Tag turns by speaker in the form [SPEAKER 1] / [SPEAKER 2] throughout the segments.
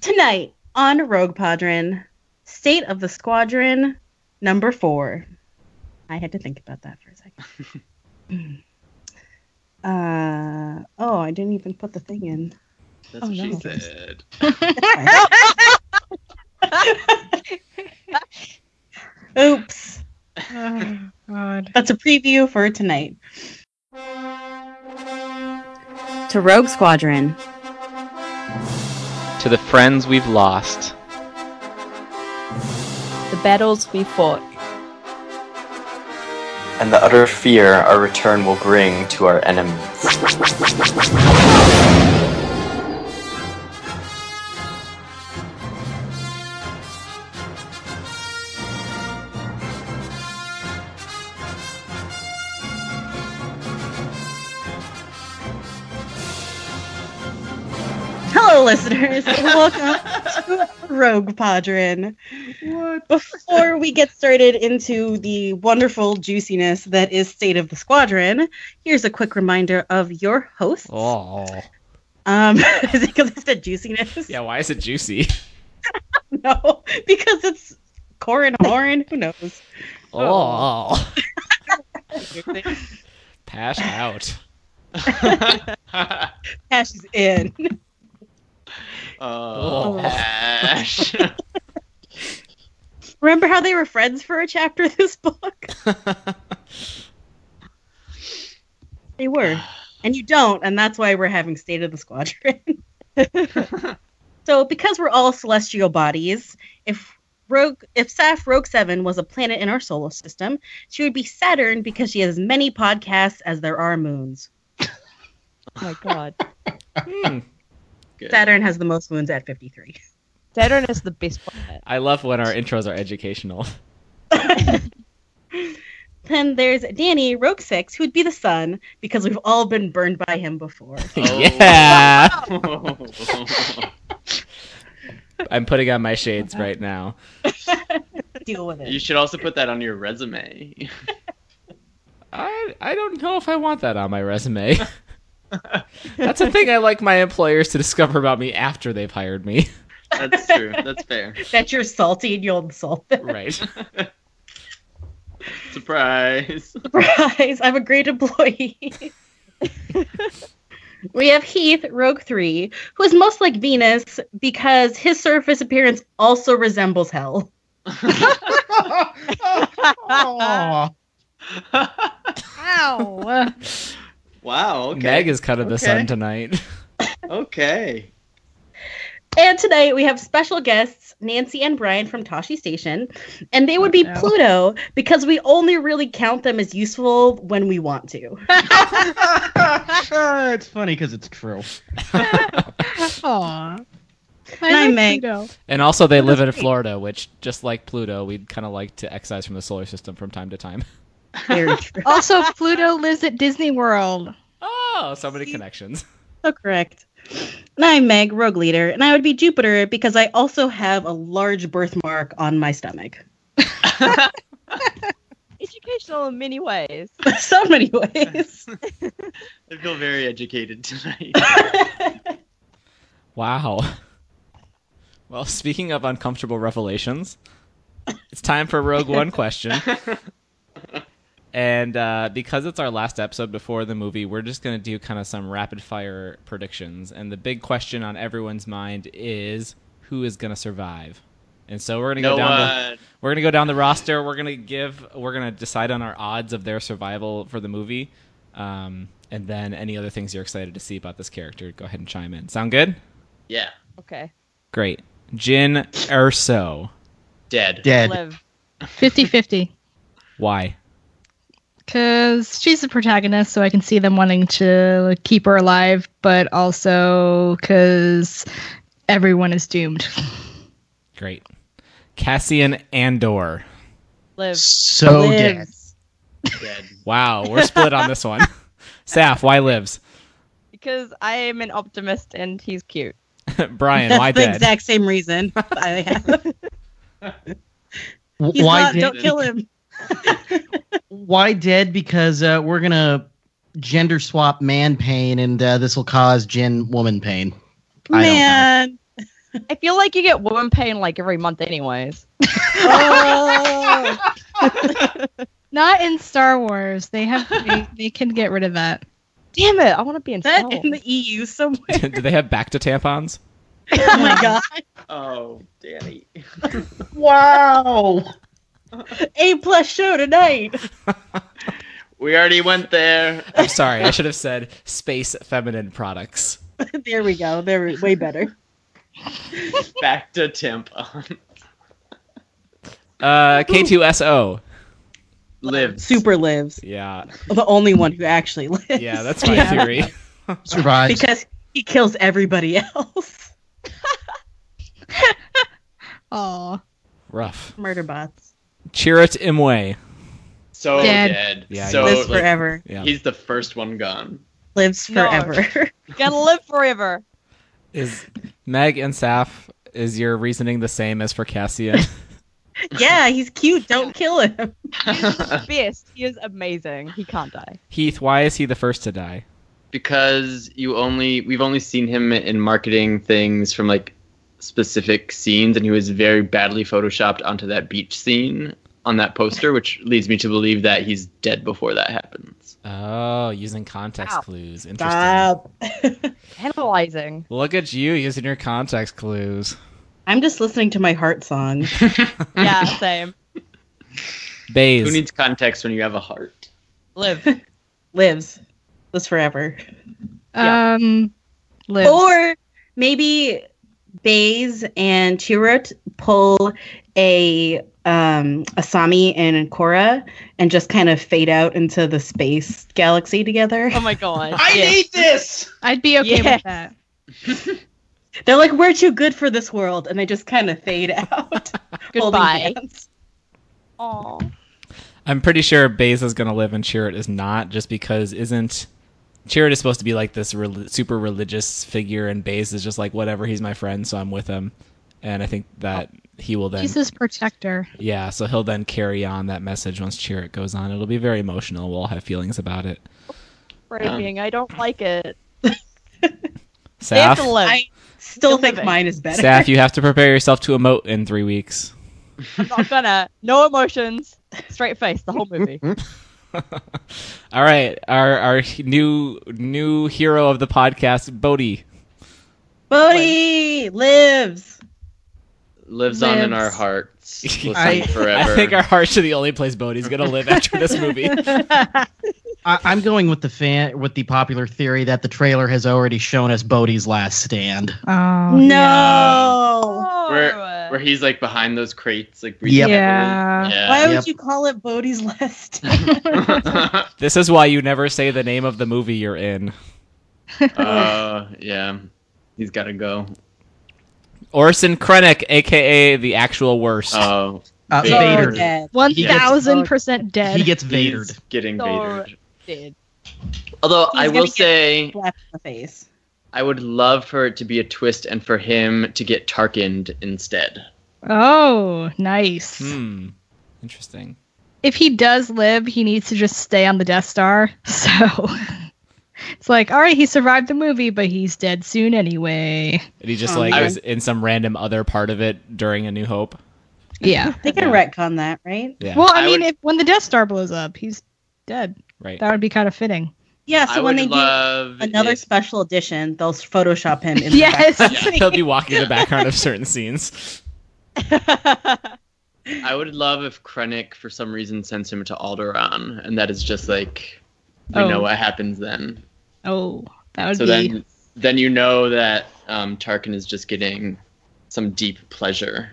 [SPEAKER 1] Tonight on Rogue Padron, State of the Squadron number four. I had to think about that for a second. uh, oh, I didn't even put the thing in.
[SPEAKER 2] That's
[SPEAKER 1] Oh,
[SPEAKER 2] what she
[SPEAKER 1] no.
[SPEAKER 2] said.
[SPEAKER 1] Oops.
[SPEAKER 3] Oh, God.
[SPEAKER 1] That's a preview for tonight. To Rogue Squadron.
[SPEAKER 2] To the friends we've lost,
[SPEAKER 4] The battles we fought.
[SPEAKER 5] and the utter fear our return will bring to our enemy.
[SPEAKER 1] Hello, listeners. and Welcome to Rogue Padron. What? Before we get started into the wonderful juiciness that is State of the Squadron, here's a quick reminder of your hosts.
[SPEAKER 6] Oh.
[SPEAKER 1] Um, is it because I said juiciness?
[SPEAKER 6] Yeah, why is it juicy?
[SPEAKER 1] No, because it's Corin Horn. Who knows?
[SPEAKER 6] Oh. Pash out.
[SPEAKER 1] Ash is in.
[SPEAKER 2] Oh,
[SPEAKER 6] Oh.
[SPEAKER 2] Ash.
[SPEAKER 1] Remember how they were friends for a chapter of this book? They were. And you don't, and that's why we're having State of the Squadron. so because we're all celestial bodies, if Rogue if Saf Rogue Seven was a planet in our solar system, she would be Saturn because she has as many podcasts as there are moons.
[SPEAKER 4] Oh my god.
[SPEAKER 6] Hmm.
[SPEAKER 2] Good.
[SPEAKER 1] Saturn has the most moons at fifty three.
[SPEAKER 4] Saturn is the best planet.
[SPEAKER 6] I love when our intros are educational.
[SPEAKER 1] Then there's Danny Rogue Six, who'd be the sun because we've all been burned by him before.
[SPEAKER 2] Oh.
[SPEAKER 6] Yeah. I'm putting on my shades right now.
[SPEAKER 1] Deal with it.
[SPEAKER 2] you should also put that on your resume.
[SPEAKER 6] I I don't know if I want that on my resume. That's a thing I like my employers to discover about me after they've hired me.
[SPEAKER 2] That's true. That's fair.
[SPEAKER 1] That you're salty and you'll insult them.
[SPEAKER 6] Right.
[SPEAKER 2] Surprise.
[SPEAKER 1] Surprise! I'm a great employee. we have Heath, Rogue 3, who is most like Venus because his surface appearance also resembles hell.
[SPEAKER 3] Wow.
[SPEAKER 2] wow. Okay.
[SPEAKER 6] Meg is cutting the sun
[SPEAKER 2] Okay.
[SPEAKER 6] tonight.
[SPEAKER 2] Okay.
[SPEAKER 1] And tonight we have special guests, Nancy and Brian from Toshi Station, and they would be
[SPEAKER 3] Oh, no.
[SPEAKER 1] Pluto because we only really count them as useful when we want to.
[SPEAKER 7] Uh, it's funny because it's true.
[SPEAKER 3] Aw.
[SPEAKER 1] Hi,
[SPEAKER 3] like
[SPEAKER 1] Meg.
[SPEAKER 3] Pluto.
[SPEAKER 6] And also, they live in Florida, which, just like Pluto, we'd kind of like to excise from the solar system from time to time.
[SPEAKER 1] Very true.
[SPEAKER 3] Also, Pluto lives at Disney World.
[SPEAKER 6] Oh, so many connections.
[SPEAKER 1] So correct. And I'm Meg, Rogue Leader, and I would be Jupiter because I also have a large birthmark on my stomach.
[SPEAKER 4] Educational in many ways.
[SPEAKER 1] so many ways.
[SPEAKER 2] I feel very educated tonight.
[SPEAKER 6] Wow. Well, speaking of uncomfortable revelations, it's time for Rogue One question. And uh, because it's our last episode before the movie, we're just going to do kind of some rapid fire predictions. And the big question on everyone's mind is who is going to survive? And so we're going to
[SPEAKER 2] no uh,
[SPEAKER 6] go down the.
[SPEAKER 2] one.
[SPEAKER 6] We're gonna go down the roster. We're gonna give. We're gonna decide on our odds of their survival for the movie, um, and then any other things you're excited to see about this character. Go ahead and chime in. Sound good?
[SPEAKER 2] Yeah.
[SPEAKER 4] Okay.
[SPEAKER 6] Great. Jin Erso.
[SPEAKER 2] Dead.
[SPEAKER 7] Dead.
[SPEAKER 4] Live.
[SPEAKER 3] 50 50.
[SPEAKER 6] Why?
[SPEAKER 3] Because she's the protagonist, so I can see them wanting to keep her alive, but also because everyone is doomed.
[SPEAKER 6] Great. Cassian Andor.
[SPEAKER 4] Live.
[SPEAKER 7] So dead.
[SPEAKER 1] Lives.
[SPEAKER 2] Dead.
[SPEAKER 6] Wow, we're split on this one. Saf, why lives?
[SPEAKER 4] Because I am an optimist and he's cute.
[SPEAKER 6] Brian,
[SPEAKER 1] That's
[SPEAKER 6] why
[SPEAKER 1] the
[SPEAKER 6] dead?
[SPEAKER 1] exact same reason I have. He's
[SPEAKER 7] W- Why
[SPEAKER 1] not-
[SPEAKER 7] dead?
[SPEAKER 1] Don't kill him.
[SPEAKER 7] Why dead? Because uh, we're gonna gender swap man pain, and uh, this will cause Jin woman pain. I don't know.
[SPEAKER 1] Man.
[SPEAKER 4] I feel like you get woman pain like every month, anyways.
[SPEAKER 1] Oh.
[SPEAKER 3] Not in Star Wars. They have they, they can get rid of that.
[SPEAKER 4] Damn it! I want to be in
[SPEAKER 1] Is that
[SPEAKER 4] Star
[SPEAKER 1] in the E EU somewhere?
[SPEAKER 6] Do they have back to tampons?
[SPEAKER 1] oh my god.
[SPEAKER 2] Oh, Danny.
[SPEAKER 7] Wow.
[SPEAKER 1] A plus show tonight.
[SPEAKER 2] We already went there.
[SPEAKER 6] I'm sorry, I should have said space feminine products.
[SPEAKER 1] there we go. There we way better.
[SPEAKER 2] Back to tampon.
[SPEAKER 6] Uh, K2SO.
[SPEAKER 2] Lives.
[SPEAKER 1] Super lives.
[SPEAKER 6] Yeah,
[SPEAKER 1] The only one who actually lives.
[SPEAKER 6] yeah, that's my
[SPEAKER 3] Yeah.
[SPEAKER 6] theory.
[SPEAKER 7] Survives.
[SPEAKER 1] because he kills everybody else.
[SPEAKER 3] Oh,
[SPEAKER 6] Rough.
[SPEAKER 1] Murder bots.
[SPEAKER 6] Chirrut Imwe.
[SPEAKER 2] So
[SPEAKER 3] Dead.
[SPEAKER 2] dead.
[SPEAKER 6] Yeah,
[SPEAKER 2] so
[SPEAKER 1] lives
[SPEAKER 2] like,
[SPEAKER 1] forever.
[SPEAKER 6] Yeah,
[SPEAKER 2] he's the first one gone.
[SPEAKER 1] Lives
[SPEAKER 4] No.
[SPEAKER 1] forever.
[SPEAKER 4] Wars. Gotta live forever.
[SPEAKER 6] is Meg and Saf. Is your reasoning the same as for Cassian?
[SPEAKER 1] yeah, he's cute. Don't kill him.
[SPEAKER 4] Best. He is amazing. He can't die.
[SPEAKER 6] Heath, why is he the first to die?
[SPEAKER 2] because you only we've only seen him in marketing things from like specific scenes and he was very badly photoshopped onto that beach scene on that poster which leads me to believe that he's dead before that happens
[SPEAKER 6] Oh, using context
[SPEAKER 4] Wow.
[SPEAKER 6] clues. Interesting.
[SPEAKER 1] Stop.
[SPEAKER 4] Analyzing.
[SPEAKER 6] Look at you using your context clues.
[SPEAKER 1] I'm just listening to my heart song.
[SPEAKER 4] Yeah, same.
[SPEAKER 6] Baze.
[SPEAKER 2] who needs context when you have a heart
[SPEAKER 4] Live.
[SPEAKER 1] Lives. Lives forever.
[SPEAKER 4] Yeah.
[SPEAKER 3] um, lives.
[SPEAKER 1] Or maybe Baze and Chirrut pull a um Asami and Korra and just kind of fade out into the space galaxy together.
[SPEAKER 4] Oh my god.
[SPEAKER 2] i
[SPEAKER 4] Yes.
[SPEAKER 2] need this
[SPEAKER 3] I'd be okay
[SPEAKER 4] Yeah.
[SPEAKER 3] with that.
[SPEAKER 1] They're like, we're too good for this world, and they just kind of fade out. holding
[SPEAKER 4] Goodbye.
[SPEAKER 1] hands.
[SPEAKER 4] Aw.
[SPEAKER 6] I'm pretty sure Baze is going to live and Chirrut is not, just because isn't. Chirrut is supposed to be like this rel- super religious figure, and Baze is just like, whatever, he's my friend, so I'm with him. And I think that he will then.
[SPEAKER 3] He's his protector.
[SPEAKER 6] Yeah, so he'll then carry on that message once Chirrut goes on. It'll be very emotional. We'll all have feelings about it.
[SPEAKER 4] Breaking. I don't like it. They have to
[SPEAKER 6] Saf,
[SPEAKER 4] live.
[SPEAKER 1] I still
[SPEAKER 4] Still
[SPEAKER 1] think
[SPEAKER 4] living.
[SPEAKER 1] mine is better.
[SPEAKER 6] Saf, you have to prepare yourself to emote in three weeks.
[SPEAKER 4] I'm not gonna. No emotions. Straight face. The whole movie.
[SPEAKER 6] All right, our our new new hero of the podcast, Bodhi.
[SPEAKER 1] Bodhi lives.
[SPEAKER 2] lives, on in our
[SPEAKER 3] Lives.
[SPEAKER 2] hearts lives
[SPEAKER 7] I-
[SPEAKER 2] on forever
[SPEAKER 6] I think our hearts are the only place Bodhi's gonna live after this movie.
[SPEAKER 7] I, I'm going with the fan with the popular theory that the trailer has already shown us Bodhi's last stand.
[SPEAKER 3] Oh,
[SPEAKER 1] no.
[SPEAKER 2] where he's like behind those crates like
[SPEAKER 7] Yep.
[SPEAKER 3] Yeah.
[SPEAKER 1] Why
[SPEAKER 2] yeah
[SPEAKER 1] would
[SPEAKER 7] Yep.
[SPEAKER 1] you call it Bodhi's last? day?
[SPEAKER 6] This is why you never say the name of the movie you're in,
[SPEAKER 2] uh, yeah he's gotta go
[SPEAKER 6] Orson Krennic, aka the actual worst.
[SPEAKER 2] oh
[SPEAKER 7] Uh,
[SPEAKER 1] So
[SPEAKER 2] Vader.
[SPEAKER 7] Vadered.
[SPEAKER 1] dead.
[SPEAKER 3] One
[SPEAKER 2] He gets-
[SPEAKER 3] thousand percent dead.
[SPEAKER 7] He gets
[SPEAKER 2] he's
[SPEAKER 7] Vadered.
[SPEAKER 2] getting
[SPEAKER 4] So-
[SPEAKER 2] Vadered.
[SPEAKER 4] Dead.
[SPEAKER 2] Although
[SPEAKER 1] He's
[SPEAKER 2] I
[SPEAKER 1] gonna
[SPEAKER 2] will
[SPEAKER 1] get-
[SPEAKER 2] say,
[SPEAKER 1] Slap in the face.
[SPEAKER 2] I would love for it to be a twist and for him to get Tarkined instead.
[SPEAKER 3] oh, nice.
[SPEAKER 6] Hmm. Interesting.
[SPEAKER 3] If he does live, he needs to just stay on the Death Star. So it's like, all right, he survived the movie, but he's dead soon anyway.
[SPEAKER 6] And he just
[SPEAKER 1] Oh,
[SPEAKER 6] like
[SPEAKER 2] man.
[SPEAKER 6] is in some random other part of it during A New Hope.
[SPEAKER 3] Yeah.
[SPEAKER 1] They can retcon that, right?
[SPEAKER 6] Yeah.
[SPEAKER 3] Well, I,
[SPEAKER 2] I
[SPEAKER 3] mean,
[SPEAKER 2] would-
[SPEAKER 3] if when the Death Star blows up, he's dead.
[SPEAKER 6] right.
[SPEAKER 3] That would be kind of fitting.
[SPEAKER 1] Yeah. So
[SPEAKER 2] I
[SPEAKER 1] when
[SPEAKER 2] would
[SPEAKER 1] they
[SPEAKER 2] love
[SPEAKER 1] do another
[SPEAKER 2] if-
[SPEAKER 1] special edition, they'll Photoshop him. In the
[SPEAKER 3] Yes.
[SPEAKER 1] background.
[SPEAKER 6] He'll be walking in the background of certain scenes.
[SPEAKER 2] I would love if Krennic for some reason sends him to Alderaan, and that is just like we
[SPEAKER 3] Oh.
[SPEAKER 2] know what happens then.
[SPEAKER 3] Oh, that would
[SPEAKER 2] So
[SPEAKER 3] be.
[SPEAKER 2] then, then you know that um, Tarkin is just getting some deep pleasure.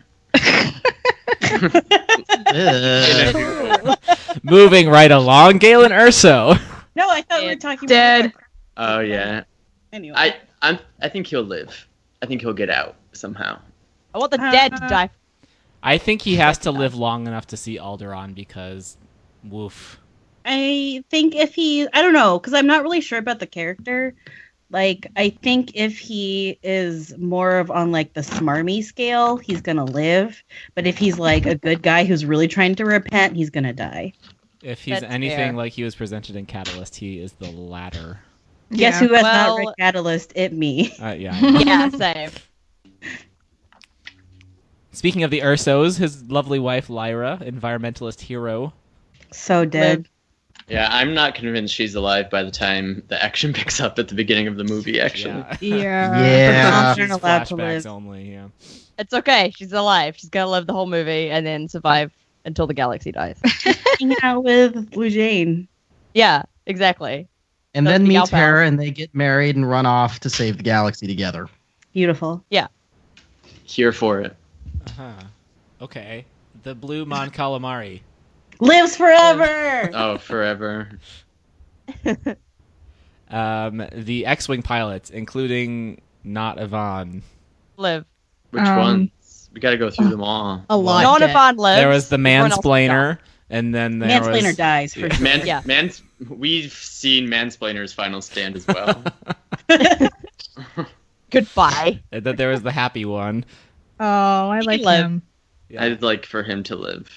[SPEAKER 7] Ugh.
[SPEAKER 6] Moving right along, Galen Urso.
[SPEAKER 1] No, I thought we were
[SPEAKER 4] Dead.
[SPEAKER 1] talking
[SPEAKER 3] Dead.
[SPEAKER 1] About
[SPEAKER 2] oh yeah,
[SPEAKER 1] anyway.
[SPEAKER 2] I I'm, I think he'll live. I think he'll get out somehow.
[SPEAKER 4] I want the dead to die.
[SPEAKER 6] I think he has to live long enough to see Alderon because, woof.
[SPEAKER 1] I think if he, I don't know, because I'm not really sure about the character. Like, I think if he is more of on like the smarmy scale, he's gonna live. But if he's like a good guy who's really trying to repent, he's gonna die.
[SPEAKER 6] If he's
[SPEAKER 4] That's
[SPEAKER 6] anything
[SPEAKER 4] fair.
[SPEAKER 6] like he was presented in Catalyst, he is the latter.
[SPEAKER 1] Guess who has not
[SPEAKER 4] Well-
[SPEAKER 1] read Catalyst? It me.
[SPEAKER 6] Uh, yeah.
[SPEAKER 4] Yeah, same.
[SPEAKER 6] Speaking of the Ursos, his lovely wife Lyra, environmentalist hero.
[SPEAKER 1] So dead.
[SPEAKER 2] Yeah, I'm not convinced she's alive by the time the action picks up at the beginning of the movie. Actually,
[SPEAKER 6] Yeah.
[SPEAKER 3] Yeah.
[SPEAKER 1] Yeah.
[SPEAKER 6] She's
[SPEAKER 1] Not allowed to live.
[SPEAKER 6] flashbacks only. Yeah.
[SPEAKER 4] It's okay. She's alive. She's gonna live the whole movie and then survive until the galaxy dies.
[SPEAKER 1] Hanging out with Blue Jane.
[SPEAKER 4] yeah, exactly.
[SPEAKER 7] And
[SPEAKER 4] That's
[SPEAKER 7] then
[SPEAKER 4] the
[SPEAKER 7] meets
[SPEAKER 4] outbound.
[SPEAKER 7] Hera, and they get married and run off to save the galaxy together.
[SPEAKER 1] Beautiful.
[SPEAKER 2] here for it.
[SPEAKER 6] Uh-huh. Okay. The blue mon calamari.
[SPEAKER 1] Lives forever.
[SPEAKER 2] Oh, forever.
[SPEAKER 6] Um, the X-wing pilots, including not Yvonne.
[SPEAKER 4] Live.
[SPEAKER 2] Which
[SPEAKER 3] Um, oh,
[SPEAKER 2] ones? We got to go through them all.
[SPEAKER 3] A lot.
[SPEAKER 4] Non
[SPEAKER 3] dead.
[SPEAKER 4] Yvonne lives.
[SPEAKER 6] there was the
[SPEAKER 4] Everyone else is
[SPEAKER 6] mansplainer, and then there
[SPEAKER 1] Mansplainer
[SPEAKER 6] was
[SPEAKER 1] dies for sure.
[SPEAKER 2] Man,
[SPEAKER 4] Yeah.
[SPEAKER 2] man, we've seen Mansplainer's final stand as well.
[SPEAKER 4] Goodbye.
[SPEAKER 6] and then there was the happy one,
[SPEAKER 3] Oh, I
[SPEAKER 4] She
[SPEAKER 3] like
[SPEAKER 4] lived.
[SPEAKER 3] him.
[SPEAKER 2] I'd like for him to live.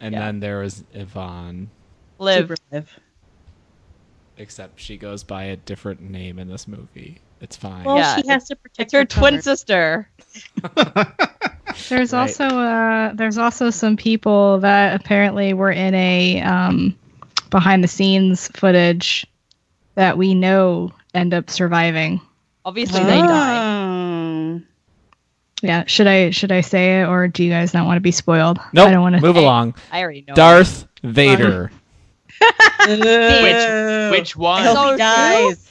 [SPEAKER 6] and
[SPEAKER 4] Yeah.
[SPEAKER 6] then there was Yvonne.
[SPEAKER 4] Live.
[SPEAKER 1] Super live.
[SPEAKER 6] Except she goes by a different name in this movie. It's fine.
[SPEAKER 1] Well,
[SPEAKER 4] Yeah,
[SPEAKER 1] she has to protect
[SPEAKER 4] It's her twin
[SPEAKER 1] color.
[SPEAKER 4] sister.
[SPEAKER 3] There's
[SPEAKER 6] Right.
[SPEAKER 3] also uh, there's also some people that apparently were in a um, behind the scenes footage that we know end up surviving.
[SPEAKER 4] Obviously, they
[SPEAKER 6] Ah.
[SPEAKER 4] die.
[SPEAKER 1] Oh.
[SPEAKER 3] Yeah, should I should I say it or do you guys not want to be spoiled?
[SPEAKER 6] nope.
[SPEAKER 3] I don't want to.
[SPEAKER 6] move along.
[SPEAKER 4] I already know.
[SPEAKER 6] Darth Vader.
[SPEAKER 1] Ugh.
[SPEAKER 2] Which
[SPEAKER 1] I
[SPEAKER 2] one?
[SPEAKER 1] hope
[SPEAKER 4] So
[SPEAKER 1] he dies.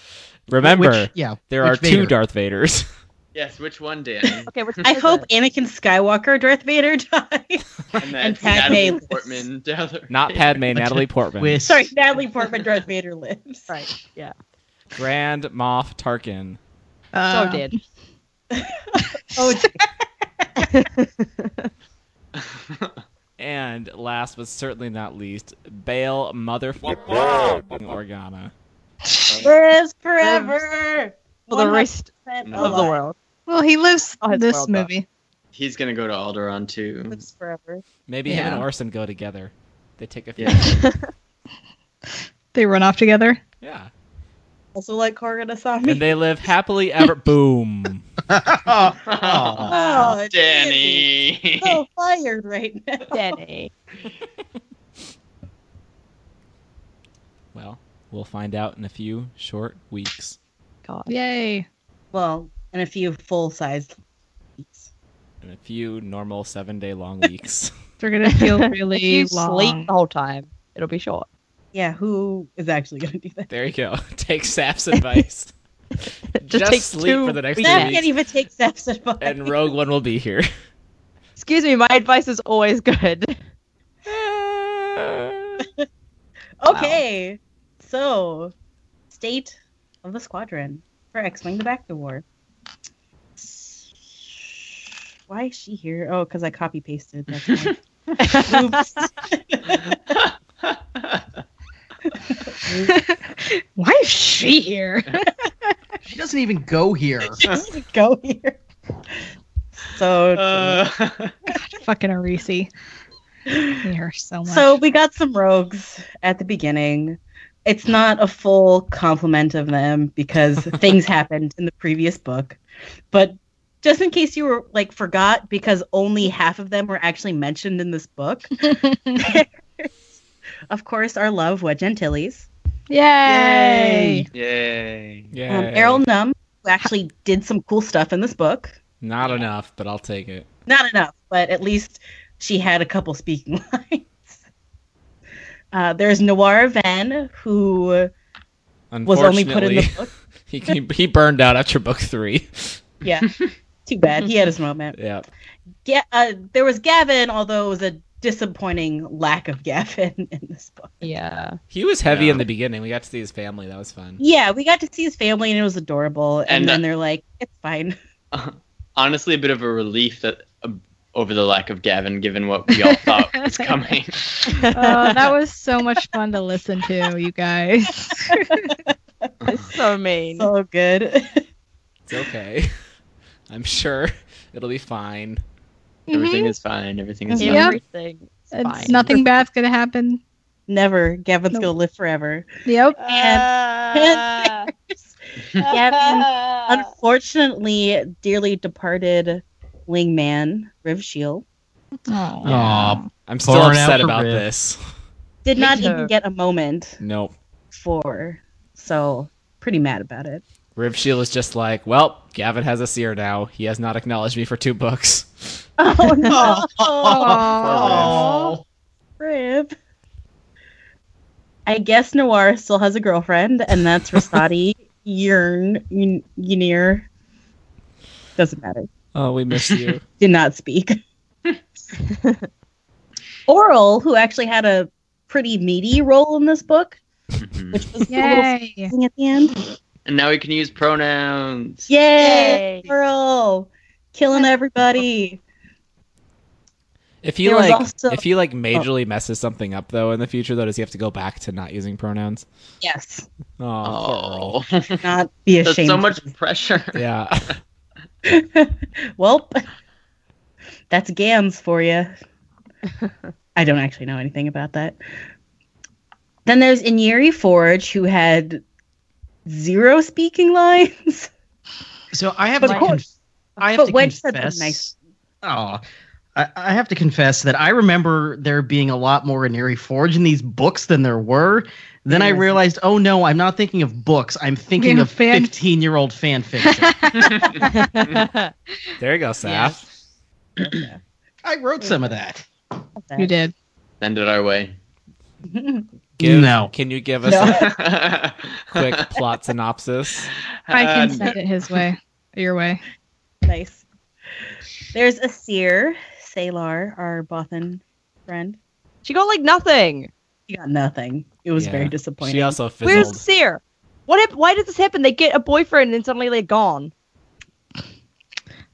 [SPEAKER 6] Remember,
[SPEAKER 7] Which- yeah,
[SPEAKER 6] there
[SPEAKER 7] which
[SPEAKER 6] are
[SPEAKER 7] Vader.
[SPEAKER 6] two Darth Vaders.
[SPEAKER 2] yes, which one, Dan?
[SPEAKER 4] Okay, which
[SPEAKER 1] I
[SPEAKER 4] one is
[SPEAKER 1] hope
[SPEAKER 4] it?
[SPEAKER 1] Anakin Skywalker, Darth Vader dies.
[SPEAKER 2] And, that
[SPEAKER 1] And Padme
[SPEAKER 2] Natalie
[SPEAKER 1] lives.
[SPEAKER 2] Portman. Down
[SPEAKER 6] Not Padme, Natalie Portman.
[SPEAKER 7] With-
[SPEAKER 1] Sorry, Natalie Portman, Darth Vader lives.
[SPEAKER 4] Right. Yeah.
[SPEAKER 6] Grand Moff Tarkin.
[SPEAKER 4] So
[SPEAKER 3] Uh,
[SPEAKER 4] did.
[SPEAKER 1] Oh,
[SPEAKER 6] And last but certainly not least, Bail motherfucking Organa.
[SPEAKER 1] lives forever.
[SPEAKER 4] For the rest
[SPEAKER 1] 100%
[SPEAKER 2] No.
[SPEAKER 4] of the
[SPEAKER 1] alive.
[SPEAKER 4] world.
[SPEAKER 3] Well, he lives
[SPEAKER 4] Oh, his
[SPEAKER 3] this
[SPEAKER 4] world died.
[SPEAKER 3] movie.
[SPEAKER 2] He's gonna go to Alderaan too.
[SPEAKER 1] Lives forever.
[SPEAKER 6] Maybe him
[SPEAKER 3] Yeah.
[SPEAKER 6] and Orson go together. They take a few.
[SPEAKER 2] Yeah.
[SPEAKER 3] They run off together.
[SPEAKER 6] yeah.
[SPEAKER 1] Also like Korra Asami.
[SPEAKER 6] And they live happily ever. Boom.
[SPEAKER 7] Oh, oh.
[SPEAKER 1] oh, it's
[SPEAKER 2] Danny.
[SPEAKER 1] so fired right now.
[SPEAKER 4] Danny.
[SPEAKER 6] Well, we'll find out in a few short weeks.
[SPEAKER 4] God.
[SPEAKER 3] Yay!
[SPEAKER 1] Well, and a few full-sized. weeks.
[SPEAKER 6] In a few normal seven day long weeks.
[SPEAKER 3] They're gonna feel
[SPEAKER 4] If
[SPEAKER 3] really
[SPEAKER 4] you
[SPEAKER 3] long.
[SPEAKER 4] sleep the whole time, it'll be short.
[SPEAKER 1] Yeah, who is actually going to do that?
[SPEAKER 6] there you go. Take Sap's advice.
[SPEAKER 4] Just
[SPEAKER 6] Just
[SPEAKER 4] take
[SPEAKER 6] sleep
[SPEAKER 4] two
[SPEAKER 6] for the next
[SPEAKER 4] weeks.
[SPEAKER 1] Sam
[SPEAKER 6] two
[SPEAKER 1] can't
[SPEAKER 6] weeks.
[SPEAKER 1] even take Seth's advice.
[SPEAKER 6] And Rogue One will be here.
[SPEAKER 4] Excuse me, my advice is always good.
[SPEAKER 1] okay, so state of the squadron for X-wing: The Back Door. Why is she here? Oh, because I copy pasted. That's why. Oops.
[SPEAKER 3] Why is she here?
[SPEAKER 7] she doesn't even go here.
[SPEAKER 1] Just go here. So.
[SPEAKER 2] Uh,
[SPEAKER 3] Fucking Arisi. Here so much.
[SPEAKER 1] So we got some rogues at the beginning. It's not a full complement of them because things happened in the previous book. But just in case you were like forgot, because only half of them were actually mentioned in this book. of course, our love Wedge Antilles,
[SPEAKER 3] Yay!
[SPEAKER 2] Yay.
[SPEAKER 6] Yeah.
[SPEAKER 1] um, Errol Numb, who actually did some cool stuff in this book.
[SPEAKER 6] Not enough, but I'll take it.
[SPEAKER 1] not enough, but at least she had a couple speaking lines. Uh, there's Noir Van, who was only put in the
[SPEAKER 6] Unfortunately,
[SPEAKER 1] book.
[SPEAKER 6] he, he he burned out after book three.
[SPEAKER 1] Yeah, too bad. He had his moment.
[SPEAKER 6] yeah.
[SPEAKER 1] Yeah, uh, there was Gavin, although it was a disappointing lack of Gavin in this book.
[SPEAKER 4] Yeah.
[SPEAKER 6] He was heavy
[SPEAKER 2] Yeah.
[SPEAKER 6] in the beginning. We got to see his family. That was fun.
[SPEAKER 1] Yeah, we got to see his family, and it was adorable. And,
[SPEAKER 2] And, uh,
[SPEAKER 1] then they're like, "It's fine."
[SPEAKER 2] Honestly, a bit of a relief that uh, over the lack of Gavin, given what we all thought was coming.
[SPEAKER 3] Oh, that was so much fun to listen to, you guys.
[SPEAKER 4] It's so mean.
[SPEAKER 1] So good.
[SPEAKER 6] It's okay. I'm sure it'll be fine.
[SPEAKER 2] Everything is fine. Everything is
[SPEAKER 3] Mm-hmm. Yeah.
[SPEAKER 2] fine.
[SPEAKER 4] Everything. is fine.
[SPEAKER 3] It's nothing bad's gonna happen.
[SPEAKER 1] Never. Gavin's
[SPEAKER 3] Nope.
[SPEAKER 1] gonna live forever.
[SPEAKER 3] Yep.
[SPEAKER 1] Ah. Gavin
[SPEAKER 4] Ah.
[SPEAKER 1] unfortunately dearly departed wingman Riv Shield
[SPEAKER 3] Oh.
[SPEAKER 7] Aw,
[SPEAKER 6] I'm still
[SPEAKER 7] Pouring out
[SPEAKER 6] upset
[SPEAKER 7] for
[SPEAKER 6] about
[SPEAKER 7] Riff.
[SPEAKER 6] this.
[SPEAKER 1] Did
[SPEAKER 4] Me
[SPEAKER 1] not
[SPEAKER 4] too.
[SPEAKER 1] even get a moment
[SPEAKER 6] Nope.
[SPEAKER 1] for, so pretty mad about it.
[SPEAKER 6] Riv Shield is just like, well, Gavin has a seer now. He has not acknowledged me for two books.
[SPEAKER 1] Oh no,
[SPEAKER 7] Oh.
[SPEAKER 1] Rib. I guess Noir still has a girlfriend, and that's Rosati Yearn Yearn- Yearnir. Doesn't matter.
[SPEAKER 6] Oh, we miss you.
[SPEAKER 1] did not speak. Oral, who actually had a pretty meaty role in this book,
[SPEAKER 2] Mhm.
[SPEAKER 1] which was a little
[SPEAKER 3] Yay.
[SPEAKER 1] thing at the end.
[SPEAKER 2] and now we can use pronouns.
[SPEAKER 1] Yay!
[SPEAKER 4] Yay.
[SPEAKER 1] Oral, killing everybody.
[SPEAKER 6] If he
[SPEAKER 1] There was
[SPEAKER 6] like,
[SPEAKER 1] also- Oh.
[SPEAKER 6] if he like majorly messes something up though in the future though, does he have to go back to not using pronouns?
[SPEAKER 1] Yes,
[SPEAKER 6] Oh,
[SPEAKER 2] Oh,
[SPEAKER 1] not be
[SPEAKER 2] that's
[SPEAKER 1] ashamed.
[SPEAKER 2] so much pressure.
[SPEAKER 6] poor Earl. yeah.
[SPEAKER 1] Welp, that's Gams for you. I don't actually know anything about that. Then there's Inyeri Forge, who had zero speaking lines.
[SPEAKER 7] So I have
[SPEAKER 1] But
[SPEAKER 7] to.
[SPEAKER 1] Wedge-
[SPEAKER 7] Conf- I have
[SPEAKER 1] but
[SPEAKER 7] to
[SPEAKER 1] Wedge said something
[SPEAKER 7] confess.
[SPEAKER 1] nice.
[SPEAKER 7] Oh, I, I have to confess that I remember there being a lot more in Eerie Forge in these books than there were. Then I
[SPEAKER 1] Yes.
[SPEAKER 7] realized, oh no, I'm not thinking of books. I'm thinking
[SPEAKER 3] Yeah,
[SPEAKER 7] of
[SPEAKER 3] fan-
[SPEAKER 7] 15 year old fan fiction.
[SPEAKER 6] There you go, Saf.
[SPEAKER 7] I wrote some of that.
[SPEAKER 3] you did.
[SPEAKER 2] Send it our way.
[SPEAKER 6] Give-
[SPEAKER 7] No.
[SPEAKER 6] Can you give us
[SPEAKER 1] No.
[SPEAKER 6] a quick plot synopsis?
[SPEAKER 3] I can
[SPEAKER 2] Uh,
[SPEAKER 3] send it his way, your way.
[SPEAKER 1] Nice. There's a seer, Salar, our Bothan friend.
[SPEAKER 4] she got like nothing.
[SPEAKER 1] She got nothing. It was
[SPEAKER 6] Yeah.
[SPEAKER 1] very disappointing.
[SPEAKER 6] She also
[SPEAKER 4] Where's
[SPEAKER 6] fizzled.
[SPEAKER 4] Seer? What? Hap- why did this happen? They get a boyfriend and suddenly they're gone.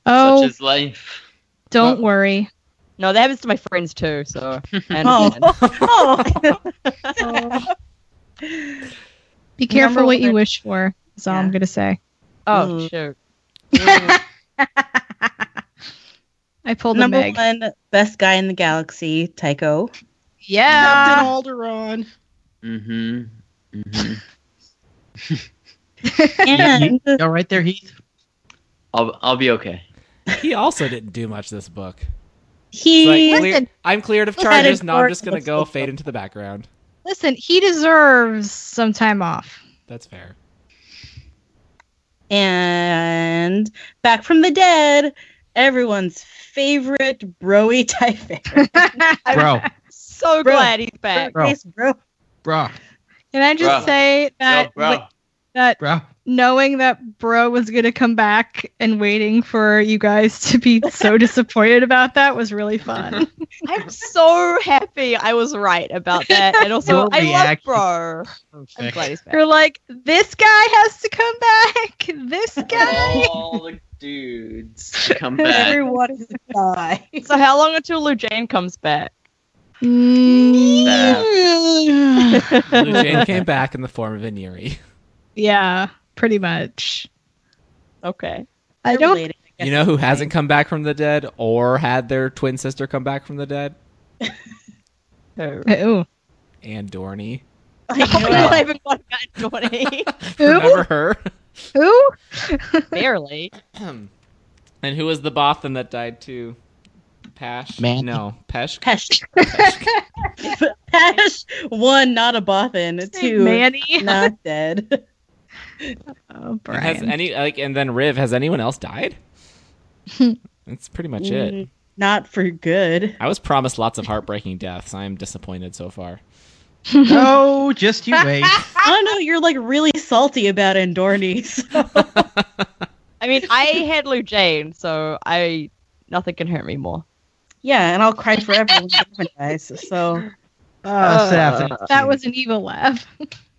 [SPEAKER 3] Oh,
[SPEAKER 2] Such is life.
[SPEAKER 3] don't worry.
[SPEAKER 4] No, that happens to my friends too. So. And
[SPEAKER 1] oh, oh.
[SPEAKER 3] Be careful
[SPEAKER 1] Remember
[SPEAKER 3] what you
[SPEAKER 1] when-
[SPEAKER 3] wish for. Is all I'm
[SPEAKER 1] Yeah.
[SPEAKER 3] gonna say.
[SPEAKER 4] oh shoot.
[SPEAKER 3] I pulled a
[SPEAKER 1] number
[SPEAKER 3] Meg.
[SPEAKER 1] one best guy in the galaxy, Tycho.
[SPEAKER 7] Captain
[SPEAKER 3] Yeah.
[SPEAKER 7] Alderon.
[SPEAKER 2] Mm-hmm. hmm
[SPEAKER 1] And
[SPEAKER 7] All right there, Heath.
[SPEAKER 2] I'll I'll be okay.
[SPEAKER 6] He also didn't do much this book. It's like,
[SPEAKER 1] he
[SPEAKER 6] clear- I'm cleared of
[SPEAKER 1] Look at
[SPEAKER 6] charges.
[SPEAKER 1] it,
[SPEAKER 6] Now I'm just
[SPEAKER 1] Gordon.
[SPEAKER 6] gonna go fade into the background.
[SPEAKER 3] Listen, he deserves some time off.
[SPEAKER 6] That's fair.
[SPEAKER 1] and back from the dead, everyone's favorite broy Typhon.
[SPEAKER 7] Bro,
[SPEAKER 4] So
[SPEAKER 1] Bro.
[SPEAKER 4] glad he's back.
[SPEAKER 7] Bro.
[SPEAKER 1] Yes, bro.
[SPEAKER 7] bro,
[SPEAKER 3] Can I
[SPEAKER 2] Bro.
[SPEAKER 3] just say that
[SPEAKER 2] Yo,
[SPEAKER 3] wi- that
[SPEAKER 7] bro.
[SPEAKER 3] knowing that bro was gonna come back and waiting for you guys to be so disappointed about that was really fun.
[SPEAKER 4] I'm so happy I was right about that. And also,
[SPEAKER 7] Your
[SPEAKER 4] I love
[SPEAKER 7] reaction-
[SPEAKER 4] Bro. I'm
[SPEAKER 7] Perfect.
[SPEAKER 4] glad he's back.
[SPEAKER 3] You're like, this guy has to come back. This guy.
[SPEAKER 2] All the dudes come back.
[SPEAKER 1] Everyone is a guy.
[SPEAKER 4] So, how long until Lu Jane comes back?
[SPEAKER 3] Mm,
[SPEAKER 6] Blue Jane came back in the form of Iniri.
[SPEAKER 3] yeah, pretty much.
[SPEAKER 4] Okay.
[SPEAKER 3] I
[SPEAKER 1] They're
[SPEAKER 3] don't.
[SPEAKER 1] related, I
[SPEAKER 6] You
[SPEAKER 1] guess.
[SPEAKER 6] know who hasn't come back from the dead or had their twin sister come back from the dead?
[SPEAKER 4] So,
[SPEAKER 3] Ooh.
[SPEAKER 6] And Dorney.
[SPEAKER 4] I don't even got about Johnny.
[SPEAKER 3] Who?
[SPEAKER 6] Remember her?
[SPEAKER 3] Who?
[SPEAKER 4] Barely.
[SPEAKER 6] and who was the Bothan that died too? Pash?
[SPEAKER 7] Man.
[SPEAKER 6] No. Pesh?
[SPEAKER 1] Pesh. Pesh, one, not a boffin. Two,
[SPEAKER 3] Manny.
[SPEAKER 1] not dead.
[SPEAKER 3] Oh,
[SPEAKER 6] And Has
[SPEAKER 3] Brian.
[SPEAKER 6] any like and then Riv, has anyone else died? That's pretty much it.
[SPEAKER 1] Mm, Not for good.
[SPEAKER 6] I was promised lots of heartbreaking deaths. I am disappointed so far.
[SPEAKER 7] No, just you wait.
[SPEAKER 1] I don't know. Oh, You're like really salty about Endornis.
[SPEAKER 4] I mean, I had Lu Jane, so I nothing can hurt me more.
[SPEAKER 1] yeah, and I'll cry forever when Gavin dies. So
[SPEAKER 7] Oh,
[SPEAKER 4] Uh,
[SPEAKER 7] Saf,
[SPEAKER 3] That was an evil laugh.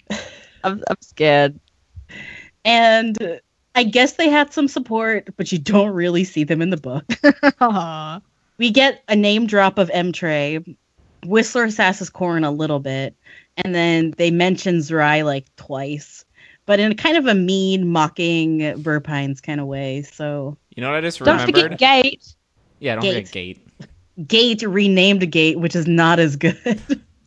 [SPEAKER 4] I'm, I'm scared.
[SPEAKER 1] and I guess they had some support, but you don't really see them in the book.
[SPEAKER 3] Aw.
[SPEAKER 1] We get a name drop of M Trey. Whistler sasses Corn a little bit, and then they mention Zrai like twice, but in kind of a mean, mocking Verpines kind of way. So
[SPEAKER 6] You know what I just
[SPEAKER 4] Don't
[SPEAKER 6] remembered?
[SPEAKER 4] forget Gate.
[SPEAKER 6] yeah, don't forget
[SPEAKER 1] Gate.
[SPEAKER 6] Gate.
[SPEAKER 1] Gate renamed Gate, which is not as good.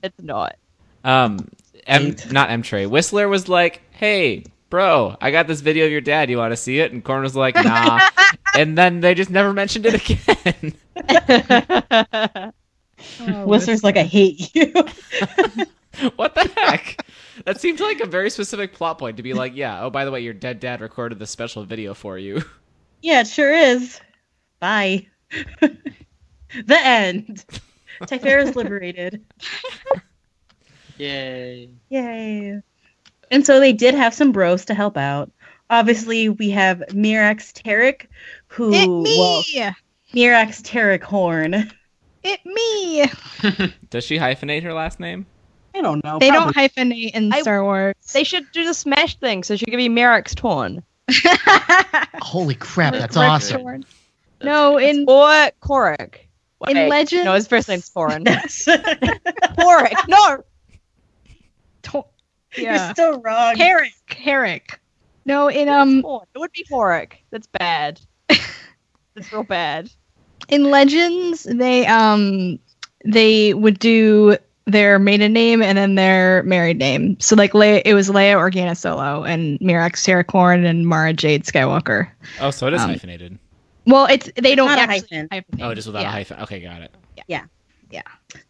[SPEAKER 4] It's not.
[SPEAKER 6] Um, M,
[SPEAKER 1] Eight.
[SPEAKER 6] not M Trey. Whistler was like, "Hey, bro, I got this video of your dad. You want to see it?" And Corn was like, "Nah." and then they just never mentioned it again.
[SPEAKER 3] Oh,
[SPEAKER 1] Whistler's like, I hate you.
[SPEAKER 6] what the heck? That seems like a very specific plot point to be like, yeah, oh, by the way, your dead dad recorded this special video for you.
[SPEAKER 1] yeah, it sure is. Bye. the end. Typhara is liberated.
[SPEAKER 2] Yay.
[SPEAKER 1] Yay. And so they did have some bros to help out. Obviously, we have Mirax Tarek, who
[SPEAKER 3] It
[SPEAKER 1] well,
[SPEAKER 3] me.
[SPEAKER 1] Mirax Tarek Horn. I
[SPEAKER 3] It me.
[SPEAKER 6] Does she hyphenate her last name?
[SPEAKER 1] don't know.
[SPEAKER 3] They don't hyphenate in
[SPEAKER 4] I-
[SPEAKER 3] Star Wars.
[SPEAKER 4] They should do the smash thing, so she could be Merrick's torn.
[SPEAKER 7] Holy crap, that's
[SPEAKER 3] Rick
[SPEAKER 7] awesome.
[SPEAKER 3] Torn. No, in
[SPEAKER 4] Or Korak.
[SPEAKER 3] In Legends-
[SPEAKER 4] No, his first name's Torin.
[SPEAKER 1] don't.
[SPEAKER 4] Korak. No.
[SPEAKER 3] Tor-
[SPEAKER 1] You're
[SPEAKER 3] yeah,
[SPEAKER 1] so wrong.
[SPEAKER 3] Herrick. Herrick. No, in um,
[SPEAKER 4] Torn. It would be Korak. That's bad. That's real bad.
[SPEAKER 3] in Legends, they um, they would do their maiden name and then their married name. So like, Le- it was Leia Organa Solo and Mirax Terracorn and Mara Jade Skywalker.
[SPEAKER 6] Oh, so it is
[SPEAKER 3] Um,
[SPEAKER 6] hyphenated.
[SPEAKER 3] Well, it's they don't
[SPEAKER 1] Not a
[SPEAKER 3] actually
[SPEAKER 1] hyphen.
[SPEAKER 3] hyphenate.
[SPEAKER 6] Oh, just without
[SPEAKER 3] yeah.
[SPEAKER 6] a hyphen. Okay, got it.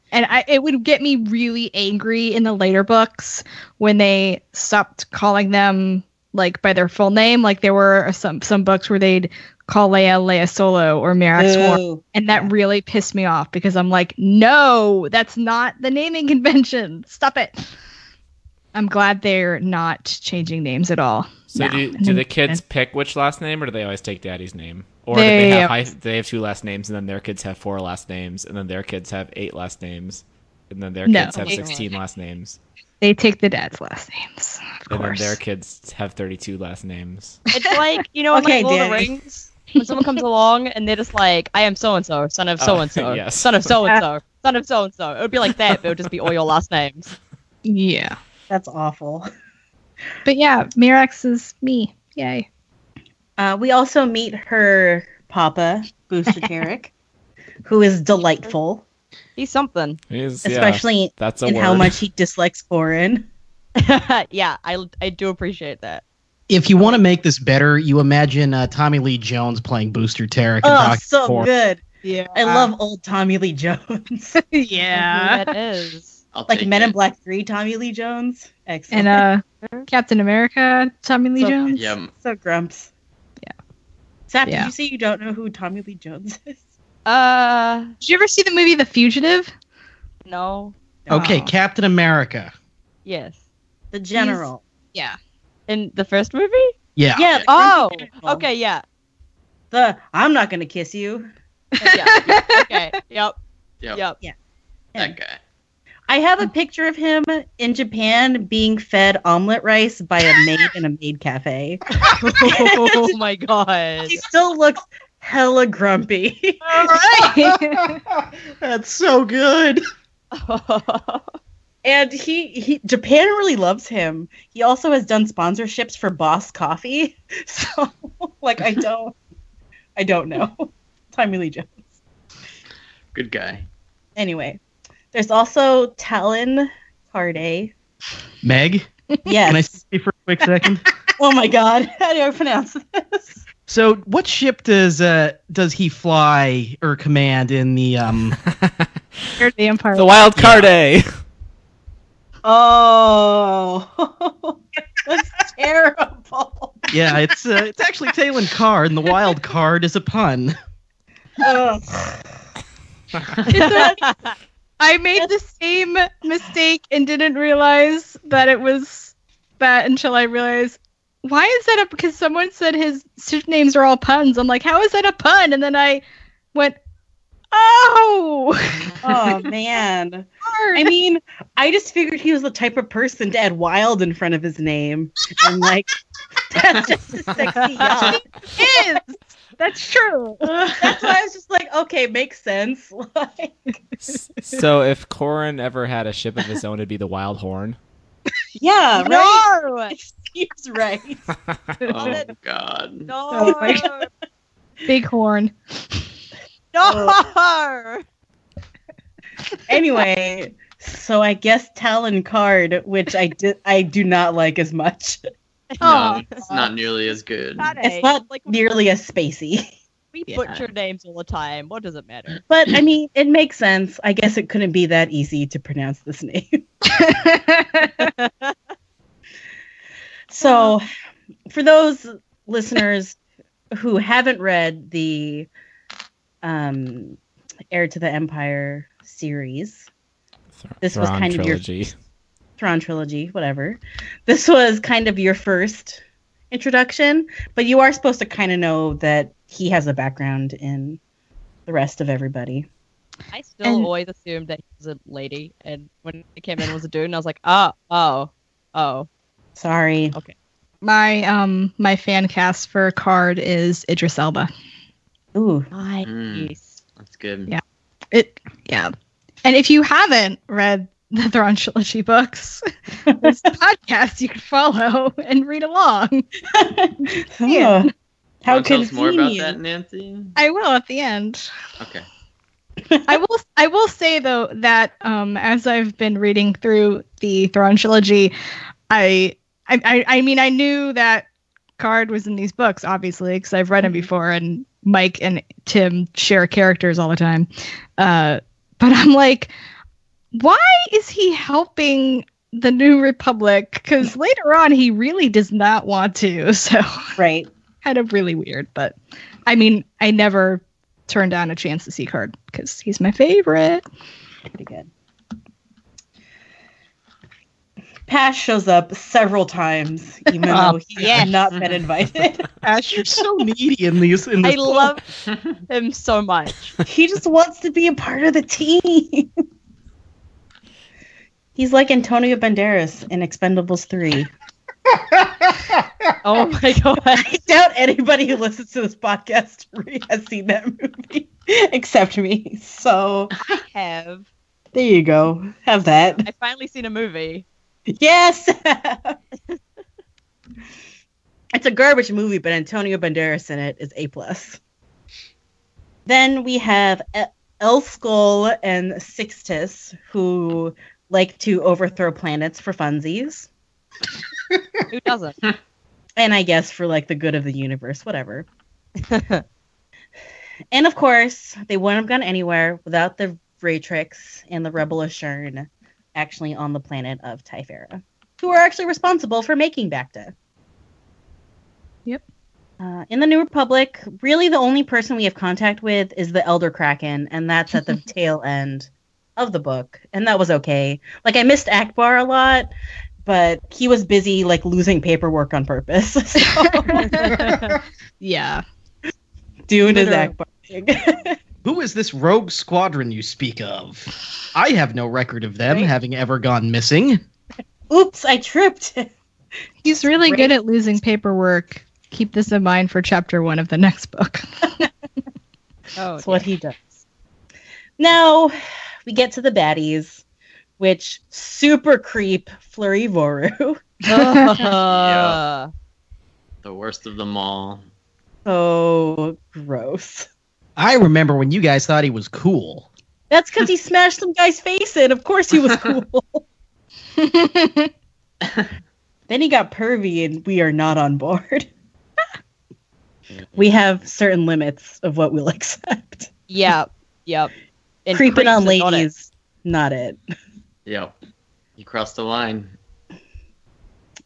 [SPEAKER 3] And I, it would get me really angry in the later books when they stopped calling them like by their full name. Like there were some some books where they'd call Leia Leia Solo or Mirax War,
[SPEAKER 1] Boo.
[SPEAKER 3] and that really pissed me off because I'm like, no, that's not the naming convention. Stop it. I'm glad they're not changing names at all.
[SPEAKER 6] So
[SPEAKER 3] No.
[SPEAKER 6] do, do the kids pick which last name, or do they always take daddy's name? Or do they
[SPEAKER 3] They-
[SPEAKER 6] have hy- they have two last names, and then their kids have four last names, and then their kids have eight last names, and then their
[SPEAKER 3] No.
[SPEAKER 6] kids have
[SPEAKER 4] Okay.
[SPEAKER 6] sixteen last names,
[SPEAKER 3] They take the dad's last names, of
[SPEAKER 6] and then
[SPEAKER 3] course.
[SPEAKER 6] their kids have thirty-two last names.
[SPEAKER 4] It's like you know, in,
[SPEAKER 1] Okay,
[SPEAKER 4] like, Lord of the
[SPEAKER 1] Danny.
[SPEAKER 4] Rings. When someone comes along and they're just like, "I am so and so, son of
[SPEAKER 6] Oh,
[SPEAKER 4] so and so,
[SPEAKER 6] yes.
[SPEAKER 4] son of so and so, son of so and so," it would be like that, but it would just be all your last names.
[SPEAKER 3] Yeah.
[SPEAKER 1] That's awful.
[SPEAKER 3] But yeah, Mirax is me. Yay.
[SPEAKER 1] Uh, we also meet her papa, Booster Tarek, who is delightful,
[SPEAKER 4] He's something.
[SPEAKER 6] Is- yeah,
[SPEAKER 1] especially
[SPEAKER 6] that's a
[SPEAKER 1] in
[SPEAKER 6] word.
[SPEAKER 1] how much he dislikes foreign.
[SPEAKER 4] yeah, I I do appreciate that.
[SPEAKER 7] If you want to make this better, you imagine uh, Tommy Lee Jones playing Booster Tarek. and
[SPEAKER 1] Oh,
[SPEAKER 7] Dr.
[SPEAKER 1] so
[SPEAKER 7] Thor.
[SPEAKER 1] good.
[SPEAKER 3] Yeah.
[SPEAKER 1] I love old Tommy Lee Jones.
[SPEAKER 3] yeah.
[SPEAKER 4] that is.
[SPEAKER 2] I'll
[SPEAKER 1] like
[SPEAKER 2] take
[SPEAKER 1] Men in
[SPEAKER 2] it.
[SPEAKER 1] Black 3 Tommy Lee Jones. Excellent.
[SPEAKER 3] and uh Captain America, Tommy Lee
[SPEAKER 1] So-
[SPEAKER 3] Jones.
[SPEAKER 2] Yeah, m-
[SPEAKER 1] so grumps. Yeah. Zach,
[SPEAKER 3] Yeah.
[SPEAKER 1] did you say you don't know who Tommy Lee Jones is?
[SPEAKER 4] Uh,
[SPEAKER 3] Did you ever see the movie The Fugitive?
[SPEAKER 4] no.
[SPEAKER 7] Okay,
[SPEAKER 3] Oh.
[SPEAKER 7] Captain America.
[SPEAKER 4] Yes.
[SPEAKER 1] The general.
[SPEAKER 3] Yeah.
[SPEAKER 4] In the first movie?
[SPEAKER 7] Yeah.
[SPEAKER 1] Yeah. the
[SPEAKER 4] Oh.
[SPEAKER 1] Crimson General.
[SPEAKER 4] Okay. Yeah.
[SPEAKER 1] The I'm not gonna kiss you.
[SPEAKER 4] yeah. Okay. Yep.
[SPEAKER 2] Yep.
[SPEAKER 4] Yep.
[SPEAKER 2] that guy.
[SPEAKER 1] I have a picture of him in Japan being fed omelet rice by a maid in a maid cafe.
[SPEAKER 4] oh my god.
[SPEAKER 1] He still looks hella grumpy.
[SPEAKER 3] All right.
[SPEAKER 7] That's so good.
[SPEAKER 1] and he, he Japan really loves him. He also has done sponsorships for Boss Coffee. So like I don't I don't know. Tommy Lee Jones.
[SPEAKER 2] Good guy.
[SPEAKER 1] Anyway. There's also Talon Carday.
[SPEAKER 7] Meg,
[SPEAKER 1] Yes.
[SPEAKER 7] can I see you for a quick second?
[SPEAKER 1] Oh my god. How do I pronounce this?
[SPEAKER 7] So, what ship does uh does he fly or command in the um?
[SPEAKER 3] You're the Empire.
[SPEAKER 6] the wild card A.
[SPEAKER 1] Oh that's terrible.
[SPEAKER 7] Yeah, it's uh, it's actually Talon Carr, and the wild card is a pun.
[SPEAKER 1] Ugh.
[SPEAKER 3] I made the same mistake and didn't realize that it was that until I realized why is that a because someone said his names are all puns. I'm like, how is that a pun? And then I went, oh,
[SPEAKER 1] oh man. I mean, I just figured he was the type of person to add wild in front of his name. I'm like, that's just a sexy yacht.
[SPEAKER 3] it is. That's true.
[SPEAKER 1] That's why I was just like, okay, makes sense. Like,
[SPEAKER 6] so if Corin ever had a ship of his own, it'd be the Wild Horn.
[SPEAKER 1] yeah, right.
[SPEAKER 4] no.
[SPEAKER 1] He's right.
[SPEAKER 2] Oh God.
[SPEAKER 4] No.
[SPEAKER 1] Oh my
[SPEAKER 3] Big horn.
[SPEAKER 4] No.
[SPEAKER 1] Anyway, so I guess Talon Card, which I did, I do not like as much.
[SPEAKER 2] No,
[SPEAKER 3] Aw.
[SPEAKER 2] it's not nearly as good.
[SPEAKER 4] Got it.
[SPEAKER 1] It's not
[SPEAKER 4] Like-
[SPEAKER 1] nearly as spacey.
[SPEAKER 4] We
[SPEAKER 3] Yeah.
[SPEAKER 4] butcher names all the time. What does it matter?
[SPEAKER 1] But I mean, it makes sense. I guess it couldn't be that easy to pronounce this name. so, for those listeners who haven't read the um, Heir to the Empire series,
[SPEAKER 6] Thr-
[SPEAKER 1] This was
[SPEAKER 6] Thrawn
[SPEAKER 1] kind of your-
[SPEAKER 6] trilogy.
[SPEAKER 1] Thrawn trilogy, whatever, this was kind of your first introduction, but you are supposed to kind of know that he has a background in the rest of everybody.
[SPEAKER 4] I still
[SPEAKER 3] And-
[SPEAKER 4] always assumed that he was a lady, and when he came in, it was a dude, and I was like, oh, oh, oh.
[SPEAKER 1] Sorry.
[SPEAKER 3] my um my fan cast for card is Idris Elba.
[SPEAKER 1] Ooh.
[SPEAKER 2] Mm.
[SPEAKER 4] Nice.
[SPEAKER 2] Hmm, That's good.
[SPEAKER 3] Yeah. It yeah. And if you haven't read the Thrawn trilogy books, this podcast you can follow and read along. Yeah.
[SPEAKER 1] Huh. How
[SPEAKER 2] Wanna tell us
[SPEAKER 1] convenient.
[SPEAKER 2] more about that, Nancy?
[SPEAKER 3] I will at the end.
[SPEAKER 2] Okay.
[SPEAKER 3] I will I will say though that um, as I've been reading through the Thrawn trilogy, I I, I, I mean I knew that Card was in these books obviously because I've read them before and Mike and Tim share characters all the time, uh, but I'm like, why is he helping? The New Republic, because later on he really does not want to. So
[SPEAKER 1] Right.
[SPEAKER 3] kind of really weird, but I mean, I never turned down a chance to see Card because he's my favorite.
[SPEAKER 1] Pretty good. Pash shows up several times, even
[SPEAKER 3] Oh,
[SPEAKER 1] though he
[SPEAKER 4] yes.
[SPEAKER 1] has not been invited.
[SPEAKER 7] Ash, you're so needy in these. In
[SPEAKER 4] I
[SPEAKER 7] this book.
[SPEAKER 4] love him so much.
[SPEAKER 1] he just wants to be a part of the team. He's like Antonio Banderas in Expendables 3.
[SPEAKER 4] Oh my god.
[SPEAKER 1] I doubt anybody who listens to this podcast has seen that movie except me. So
[SPEAKER 4] I have.
[SPEAKER 1] there you go. Have that.
[SPEAKER 4] I finally seen a movie.
[SPEAKER 1] Yes. it's a garbage movie, but Antonio Banderas in it is a plus. Then we have E- Skull and Sixtus, who like to overthrow planets for funsies,
[SPEAKER 4] Who doesn't?
[SPEAKER 1] and I guess for like the good of the universe, whatever. and of course, they wouldn't have gone anywhere without the Raytrix and the Rebel Ashern actually on the planet of Typhara, who are actually responsible for making Bacta.
[SPEAKER 3] Yep.
[SPEAKER 1] Uh, in the New Republic, really the only person we have contact with is the Elder Kraken, and that's at the tail end of the book, and that was okay. Like I missed Akbar a lot, but he was busy like losing paperwork on purpose. So
[SPEAKER 3] yeah.
[SPEAKER 1] doing his
[SPEAKER 4] Literally.
[SPEAKER 1] Akbar thing.
[SPEAKER 7] Who is this rogue squadron you speak of? I have no record of them
[SPEAKER 1] Right.
[SPEAKER 7] having ever gone missing.
[SPEAKER 1] Oops, I tripped.
[SPEAKER 3] He's really good at losing paperwork. Keep this in mind for chapter one of the next book.
[SPEAKER 4] Oh,
[SPEAKER 1] That's what he does. Now we get to the baddies, which super creep Flurry Voru.
[SPEAKER 4] yeah.
[SPEAKER 2] The worst of them all.
[SPEAKER 1] So gross.
[SPEAKER 7] I remember when you guys thought he was cool.
[SPEAKER 1] That's because he smashed some guy's face in. Of course he was cool. then he got pervy, and we are not on board. we have certain limits of what we'll accept.
[SPEAKER 4] Yep. Yep. And
[SPEAKER 1] Creeping
[SPEAKER 4] creeps
[SPEAKER 1] on
[SPEAKER 4] is not
[SPEAKER 1] ladies, not
[SPEAKER 4] it.
[SPEAKER 1] it.
[SPEAKER 2] Yep. You crossed the line.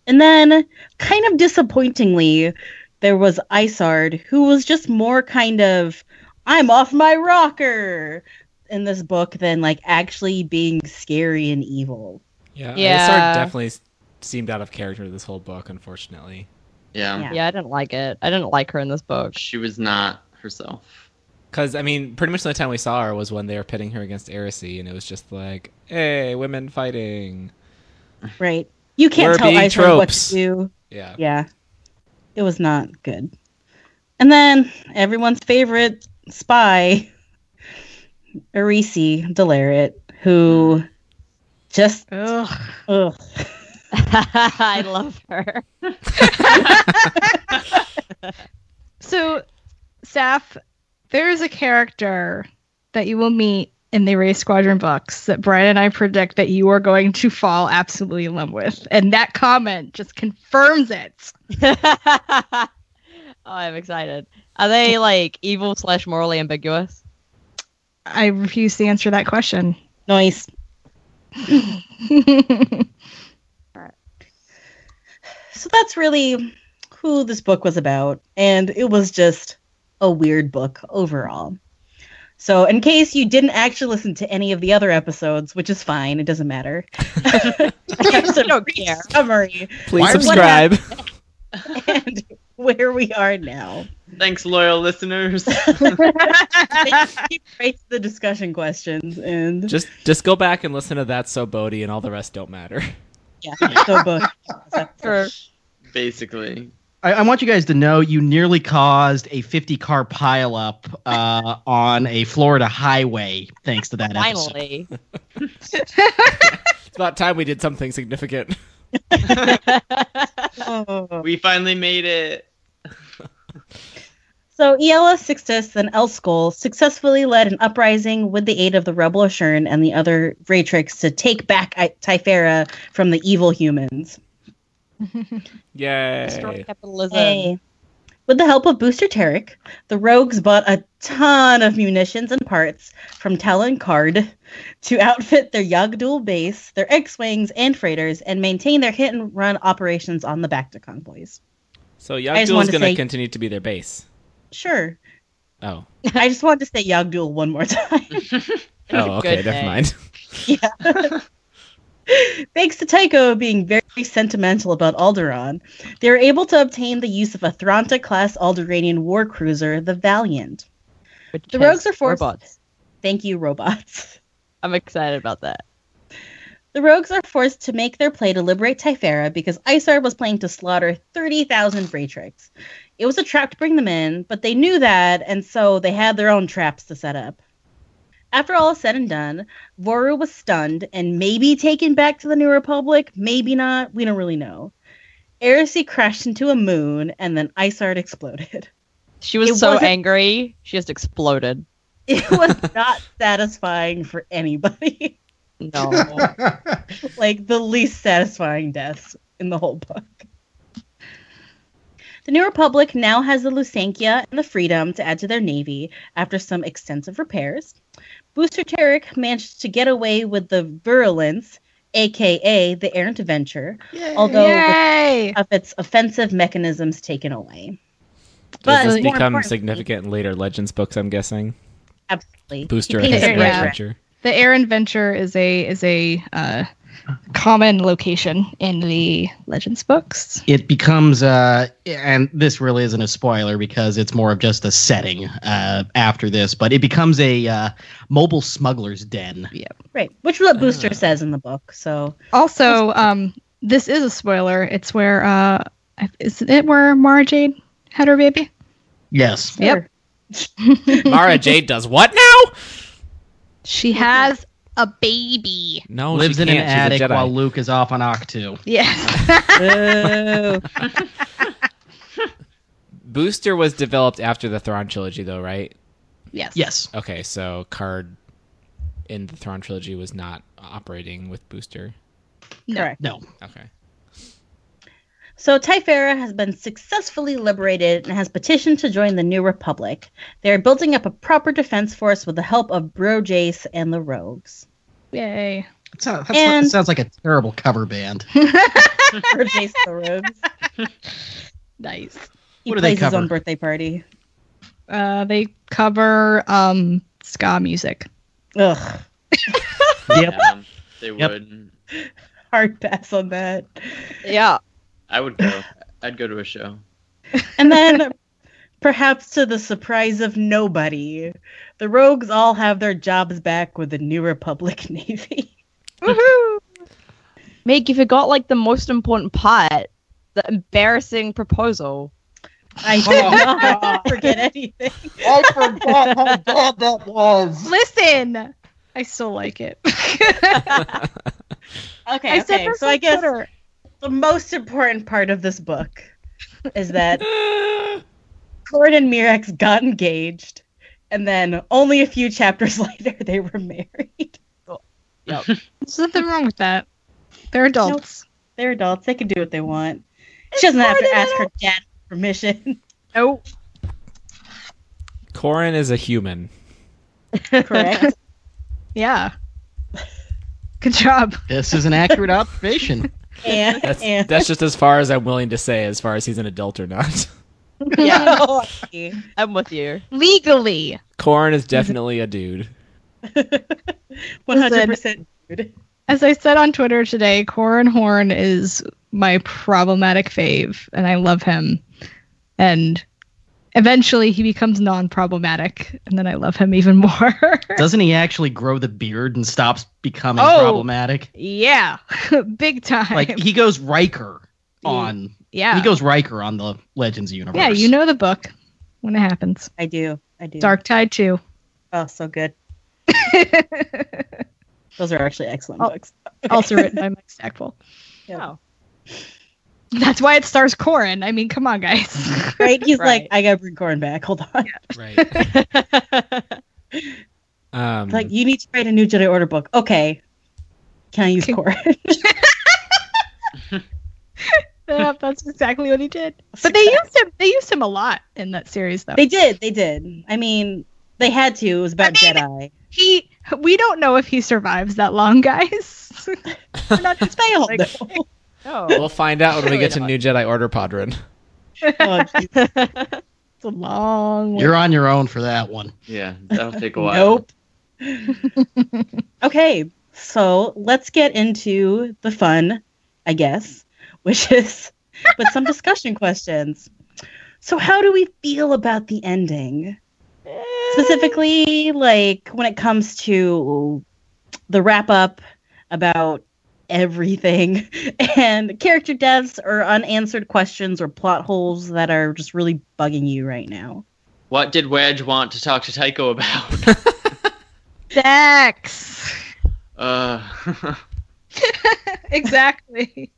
[SPEAKER 1] And then, kind of disappointingly, there was Isard, who was just more kind of, I'm off my rocker in this book than like actually being scary and evil.
[SPEAKER 6] Yeah,
[SPEAKER 4] Yeah.
[SPEAKER 6] Aesar definitely s- seemed out of character this whole book, unfortunately.
[SPEAKER 2] Yeah.
[SPEAKER 1] Yeah.
[SPEAKER 4] Yeah, I didn't like it. I didn't like her in this book.
[SPEAKER 2] She was not herself.
[SPEAKER 6] Because I mean, pretty much the only time we saw her was when they were pitting her against Erisy, and it was just like, "Hey, women fighting."
[SPEAKER 1] Right. You can't
[SPEAKER 6] We're
[SPEAKER 1] tell
[SPEAKER 6] being
[SPEAKER 1] Isard what
[SPEAKER 6] tropes.
[SPEAKER 1] to do.
[SPEAKER 6] Yeah,
[SPEAKER 1] Yeah. It was not good. And then everyone's favorite spy, Arisi Delarit, who just
[SPEAKER 3] Ugh.
[SPEAKER 1] ugh,
[SPEAKER 4] I love her.
[SPEAKER 3] So, Saf, there is a character that you will meet in the Race Squadron books that Brian and I predict that you are going to fall absolutely in love with. And that comment just confirms it.
[SPEAKER 4] Oh, I'm excited. Are they like evil slash morally ambiguous?
[SPEAKER 3] I refuse to answer that question.
[SPEAKER 1] Nice. So that's really who this book was about. And it was just a weird book overall. So, in case you didn't actually listen to any of the other episodes, which is fine, it doesn't matter. I have
[SPEAKER 4] I
[SPEAKER 1] some
[SPEAKER 4] don't
[SPEAKER 1] brief
[SPEAKER 4] care.
[SPEAKER 1] Summary
[SPEAKER 6] Please
[SPEAKER 7] Why are we-
[SPEAKER 6] subscribe.
[SPEAKER 1] and where we are now.
[SPEAKER 2] Thanks, loyal listeners.
[SPEAKER 1] Keep right to the discussion questions and
[SPEAKER 6] just just go back and listen to that so Bodhi and all the rest don't matter.
[SPEAKER 1] yeah. So both.
[SPEAKER 4] True.
[SPEAKER 2] Basically,
[SPEAKER 7] I, I want you guys to know you nearly caused a 50 car pileup uh, on a Florida highway thanks to that episode.
[SPEAKER 4] Finally.
[SPEAKER 6] It's about time we did something significant.
[SPEAKER 1] Oh.
[SPEAKER 2] we finally made it.
[SPEAKER 1] So E Iella Sixtus and Elskol successfully led an uprising with the aid of the rebel Ashern and the other Raytrix to take back I- Typhera from the evil humans.
[SPEAKER 4] Destroy
[SPEAKER 6] Yay.
[SPEAKER 4] capitalism.
[SPEAKER 1] Hey. Um, With the help of Booster Tarek, the rogues bought a ton of munitions and parts from Talon Card to outfit their Yagdul base, their X-wings and freighters, and maintain their hit and run operations on the Bacta convoys.
[SPEAKER 6] So
[SPEAKER 1] I just
[SPEAKER 6] Yagdul
[SPEAKER 1] wanted to
[SPEAKER 6] is going to
[SPEAKER 1] say-
[SPEAKER 6] continue to be their base.
[SPEAKER 1] Sure,
[SPEAKER 6] Oh.
[SPEAKER 1] I just wanted to say Yagdul one more time.
[SPEAKER 6] Oh, okay,
[SPEAKER 4] good
[SPEAKER 6] never
[SPEAKER 4] name.
[SPEAKER 6] mind.
[SPEAKER 1] Thanks to Tycho being very sentimental about Alderaan, they were able to obtain the use of a Thronta class Alderanian war cruiser, the Valiant.
[SPEAKER 4] Which
[SPEAKER 1] The
[SPEAKER 4] has
[SPEAKER 1] rogues are forced-
[SPEAKER 4] robots.
[SPEAKER 1] Thank you, robots.
[SPEAKER 4] I'm excited about that.
[SPEAKER 1] The rogues are forced to make their play to liberate Typhara because Isar was planning to slaughter 30,000 Bratrix. It was a trap to bring them in, but they knew that, and so they had their own traps to set up. After all is said and done, Voru was stunned and maybe taken back to the New Republic, maybe not, we don't really know. Erisi crashed into a moon, and then Isard exploded.
[SPEAKER 4] She was
[SPEAKER 1] It
[SPEAKER 4] so
[SPEAKER 1] wasn't-
[SPEAKER 4] angry, she just exploded.
[SPEAKER 1] It was not satisfying for anybody.
[SPEAKER 4] No.
[SPEAKER 1] like the least satisfying deaths in the whole book. The New Republic now has the Lusankia and the Freedom to add to their navy after some extensive repairs. Booster Tarek managed to get away with the Virulence, aka the Errant Adventure, although with
[SPEAKER 3] Yay!
[SPEAKER 1] of its offensive mechanisms taken away. But
[SPEAKER 6] Does this
[SPEAKER 1] more
[SPEAKER 6] become
[SPEAKER 1] importantly-
[SPEAKER 6] significant in later Legends books, I'm guessing?
[SPEAKER 1] Absolutely.
[SPEAKER 6] Booster
[SPEAKER 3] Yeah.
[SPEAKER 6] has a great
[SPEAKER 3] Yeah.
[SPEAKER 6] adventure.
[SPEAKER 3] The Aaron Venture is a is a uh, common location in the Legends books.
[SPEAKER 7] It becomes, uh, and this really isn't a spoiler because it's more of just a setting uh, after this, but it becomes a uh, mobile smuggler's den.
[SPEAKER 1] Right. Which is what Booster says in the book. So
[SPEAKER 3] Also, um, this is a spoiler. It's where uh, isn't it where Mara Jade had her baby?
[SPEAKER 7] Yes.
[SPEAKER 3] Yep.
[SPEAKER 6] Mara Jade does what now?
[SPEAKER 3] She has a baby.
[SPEAKER 6] No,
[SPEAKER 7] Lives
[SPEAKER 6] Oh, she
[SPEAKER 7] in
[SPEAKER 6] can't.
[SPEAKER 7] an
[SPEAKER 6] She's a
[SPEAKER 7] attic
[SPEAKER 6] Jedi.
[SPEAKER 7] while Luke is off on Octu.
[SPEAKER 3] Yeah.
[SPEAKER 1] Boo.
[SPEAKER 6] Booster was developed after the Thrawn trilogy, though, right?
[SPEAKER 3] yes.
[SPEAKER 7] Yes.
[SPEAKER 6] Okay, so Card in the Thrawn trilogy was not operating with Booster.
[SPEAKER 1] correct.
[SPEAKER 7] No.
[SPEAKER 6] Okay.
[SPEAKER 1] So Typhara has been successfully liberated and has petitioned to join the New Republic. They are building up a proper defense force with the help of Bro Jace and the Rogues.
[SPEAKER 3] Yay.
[SPEAKER 7] It sounds,
[SPEAKER 1] And-
[SPEAKER 7] it sounds like a terrible cover band.
[SPEAKER 1] Bro Jace the Rogues.
[SPEAKER 3] Nice.
[SPEAKER 1] He
[SPEAKER 7] What do they
[SPEAKER 1] plays his
[SPEAKER 7] cover?
[SPEAKER 1] own birthday party.
[SPEAKER 3] Uh, they cover um ska music.
[SPEAKER 1] Ugh.
[SPEAKER 7] yep.
[SPEAKER 2] Yeah, um, they
[SPEAKER 7] Yep.
[SPEAKER 2] would.
[SPEAKER 1] Hard pass on that.
[SPEAKER 4] yeah.
[SPEAKER 2] I would go. I'd go to a show.
[SPEAKER 1] And then, perhaps to the surprise of nobody, the Rogues all have their jobs back with the New Republic Navy.
[SPEAKER 4] Woohoo! Meg, you forgot like the most important part the embarrassing proposal.
[SPEAKER 1] I did not forget anything.
[SPEAKER 8] I forgot how bad that was.
[SPEAKER 3] Listen, I still like it.
[SPEAKER 1] Okay, okay.
[SPEAKER 3] this
[SPEAKER 1] so
[SPEAKER 3] on
[SPEAKER 1] I guess
[SPEAKER 3] Twitter.
[SPEAKER 1] the most important part of this book is that Cord and Mirex got engaged, and then only a few chapters later they were married.
[SPEAKER 3] There's nothing wrong with that. They're adults.
[SPEAKER 1] They're adults; they can do what they want. She doesn't have to ask her dad permission.
[SPEAKER 3] Nope.
[SPEAKER 6] Corin is a human.
[SPEAKER 1] Correct.
[SPEAKER 3] Yeah. Good job.
[SPEAKER 7] This is an accurate observation.
[SPEAKER 1] yeah.
[SPEAKER 6] That's
[SPEAKER 1] yeah.
[SPEAKER 6] that's just as far as I'm willing to say as far as he's an adult or not.
[SPEAKER 4] Yeah,
[SPEAKER 1] Oh, I see.
[SPEAKER 4] I'm with you.
[SPEAKER 3] Legally.
[SPEAKER 6] Corin is definitely a dude.
[SPEAKER 1] 100% dude.
[SPEAKER 3] As I said on Twitter today, Corin Horn is my problematic fave, and I love him. And eventually he becomes non problematic, and then I love him even more.
[SPEAKER 7] Doesn't he actually grow the beard and stops becoming
[SPEAKER 3] Oh.
[SPEAKER 7] problematic?
[SPEAKER 3] yeah. Big time.
[SPEAKER 7] Like he goes Riker on.
[SPEAKER 3] yeah.
[SPEAKER 7] He goes Riker on the Legends universe.
[SPEAKER 3] yeah, you know the book when it happens.
[SPEAKER 1] I do. I do.
[SPEAKER 3] Dark Tide 2.
[SPEAKER 1] Oh, so good. Those are actually excellent
[SPEAKER 3] Oh.
[SPEAKER 1] books.
[SPEAKER 3] also written by Mike Stackpole.
[SPEAKER 1] Yeah.
[SPEAKER 4] Oh.
[SPEAKER 3] That's why it stars Corin. I mean, come on, guys.
[SPEAKER 1] Right? He's
[SPEAKER 4] Right.
[SPEAKER 1] like, I gotta bring Corin back. Hold on.
[SPEAKER 7] Right.
[SPEAKER 6] Um,
[SPEAKER 1] Like, you need to write a new Jedi Order book. Okay. Can I use
[SPEAKER 3] Okay.
[SPEAKER 1] Corin?
[SPEAKER 3] Yep, that's exactly what he did. But they used him. They used him a lot in that series, though.
[SPEAKER 1] They did. They did. I mean, they had to. It was about
[SPEAKER 3] I
[SPEAKER 1] Jedi.
[SPEAKER 3] he. We don't know if he survives that long, guys. We're not just
[SPEAKER 1] They all
[SPEAKER 3] like-
[SPEAKER 1] know.
[SPEAKER 4] No.
[SPEAKER 6] we'll find out when we
[SPEAKER 4] Surely
[SPEAKER 6] get to
[SPEAKER 4] not.
[SPEAKER 6] New Jedi Order Podrin.
[SPEAKER 1] Oh, geez.
[SPEAKER 3] It's a long. way.
[SPEAKER 7] You're on your own for that one.
[SPEAKER 2] Yeah, that'll take a while.
[SPEAKER 1] nope. okay. So let's get into the fun, I guess, which is with some discussion questions. So, how do we feel about the ending? specifically like when it comes to the wrap up about everything and character deaths or unanswered questions or plot holes that are just really bugging you right now.
[SPEAKER 2] What did Wedge want to talk to Tycho about?
[SPEAKER 3] Sex.
[SPEAKER 2] uh,
[SPEAKER 3] exactly.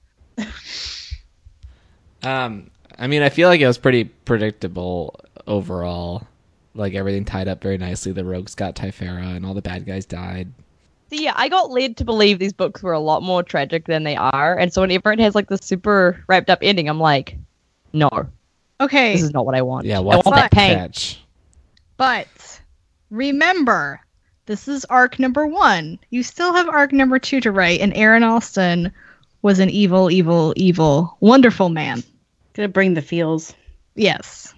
[SPEAKER 6] Um, I mean, I feel like it was pretty predictable overall. Like everything tied up very nicely. The rogues got Typhara, and all the bad guys died.
[SPEAKER 4] See, yeah, I got led to believe these books were a lot more tragic than they are, and so whenever it has like this super wrapped up ending, I'm like, no,
[SPEAKER 3] Okay,
[SPEAKER 4] this is not what I want.
[SPEAKER 6] Yeah,
[SPEAKER 4] I
[SPEAKER 6] what's
[SPEAKER 4] want that
[SPEAKER 6] that
[SPEAKER 4] pain.
[SPEAKER 6] catch?
[SPEAKER 3] but remember, this is arc number one. You still have arc number two to write, and Aaron Alston was an evil, evil, evil, wonderful man.
[SPEAKER 1] Gonna bring the feels.
[SPEAKER 3] Yes.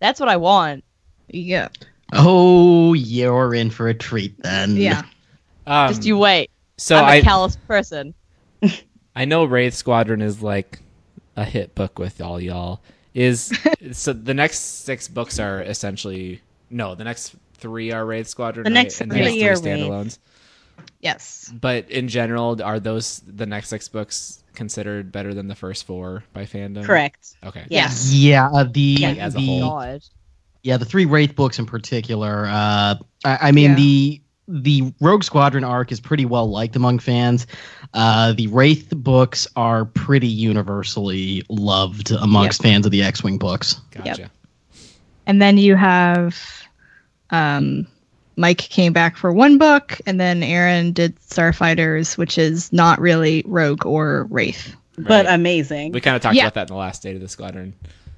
[SPEAKER 4] That's what I want.
[SPEAKER 3] Yeah.
[SPEAKER 7] Oh, you're in for a treat then.
[SPEAKER 3] Yeah.
[SPEAKER 6] Um,
[SPEAKER 4] Just you wait.
[SPEAKER 6] so
[SPEAKER 4] I'm a
[SPEAKER 6] I
[SPEAKER 4] callous person.
[SPEAKER 6] I know Wraith Squadron is like a hit book with all y'all. Is so the next six books are essentially no, the next three are Wraith Squadron.
[SPEAKER 1] The
[SPEAKER 6] right?
[SPEAKER 1] next
[SPEAKER 6] And
[SPEAKER 1] three are Wraith.
[SPEAKER 6] standalones.
[SPEAKER 3] Yes.
[SPEAKER 6] But in general, are those the next six books considered better than the first four by fandom?
[SPEAKER 1] Correct.
[SPEAKER 6] Okay.
[SPEAKER 1] Yes.
[SPEAKER 7] Yeah, uh, the
[SPEAKER 1] Like,
[SPEAKER 6] as a
[SPEAKER 7] the-
[SPEAKER 6] whole.
[SPEAKER 4] God.
[SPEAKER 7] yeah the three wraith books in particular. Uh, I, I mean
[SPEAKER 3] Yeah.
[SPEAKER 7] the the Rogue Squadron arc is pretty well liked among fans. Uh, the wraith books are pretty universally loved amongst fans of the X Wing books.
[SPEAKER 6] Gotcha.
[SPEAKER 3] And then you have um, Mike came back for one book, and then Aaron did Starfighters, which is not really Rogue or Wraith.
[SPEAKER 1] But
[SPEAKER 6] Right.
[SPEAKER 1] amazing.
[SPEAKER 6] we kind of talked
[SPEAKER 3] Yeah.
[SPEAKER 6] about that in the last date of the squadron.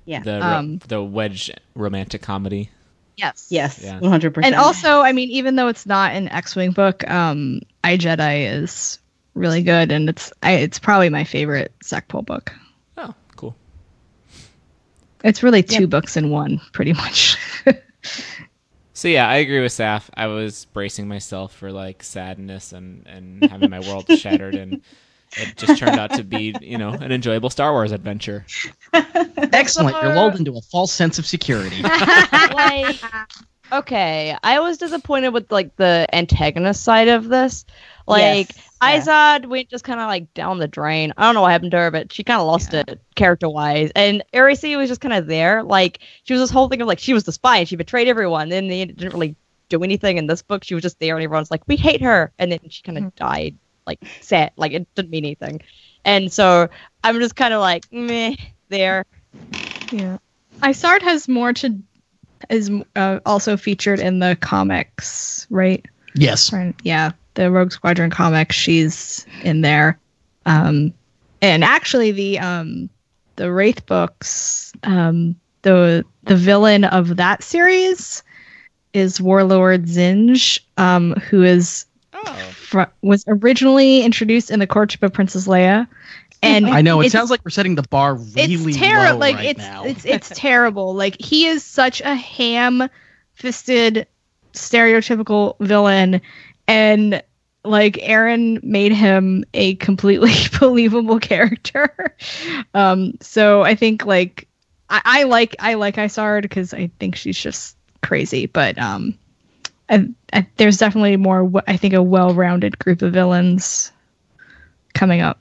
[SPEAKER 1] Yeah.
[SPEAKER 6] The ro-
[SPEAKER 3] Um,
[SPEAKER 6] the wedge romantic comedy.
[SPEAKER 3] Yes.
[SPEAKER 1] Yes.
[SPEAKER 6] Yeah.
[SPEAKER 1] One hundred percent.
[SPEAKER 3] And also, I mean, even though it's not an X Wing book, um, I Jedi is really good, and it's I, it's probably my favorite Sackpole book.
[SPEAKER 6] Oh, cool.
[SPEAKER 3] It's really two books in one, pretty much.
[SPEAKER 6] So yeah, I agree with Saf. I was bracing myself for like sadness and and having my world shattered, and it just turned out to be you know an enjoyable Star Wars adventure.
[SPEAKER 7] Excellent. You're lulled into a false sense of security.
[SPEAKER 4] like, okay, I was disappointed with like the antagonist side of this. Like Izard went just kind of like down the drain. I don't know what happened to her, but she kind of lost
[SPEAKER 3] Yeah.
[SPEAKER 4] it character wise. And Erisi was just kind of there. Like she was this whole thing of like she was the spy and she betrayed everyone. Then they didn't really do anything in this book. She was just there, and everyone's like, "We hate her," and then she kind of died. Like sad. Like it didn't mean anything. And so I'm just kind of like meh there.
[SPEAKER 3] Yeah. Isard has more to is uh, also featured in the comics, right?
[SPEAKER 7] yes.
[SPEAKER 3] Or- Yeah, the Rogue Squadron comic. She's in there, um, and actually the um, the Wraith books. Um, the the villain of that series is Warlord Zinj, um, who is
[SPEAKER 6] Oh.
[SPEAKER 3] fr- was originally introduced in the courtship of Princess Leia, and
[SPEAKER 7] I know it
[SPEAKER 3] it's-
[SPEAKER 7] sounds like we're setting the bar really
[SPEAKER 3] it's terrible.
[SPEAKER 7] low
[SPEAKER 3] Like
[SPEAKER 7] right
[SPEAKER 3] it's,
[SPEAKER 7] now.
[SPEAKER 3] it's it's terrible. Like he is such a ham-fisted, stereotypical villain, and like Aaron made him a completely believable character. Um, so I think like I, I like I like Isard because I think she's just crazy, but um. I, I, there's definitely more. w- I think a well-rounded group of villains coming up.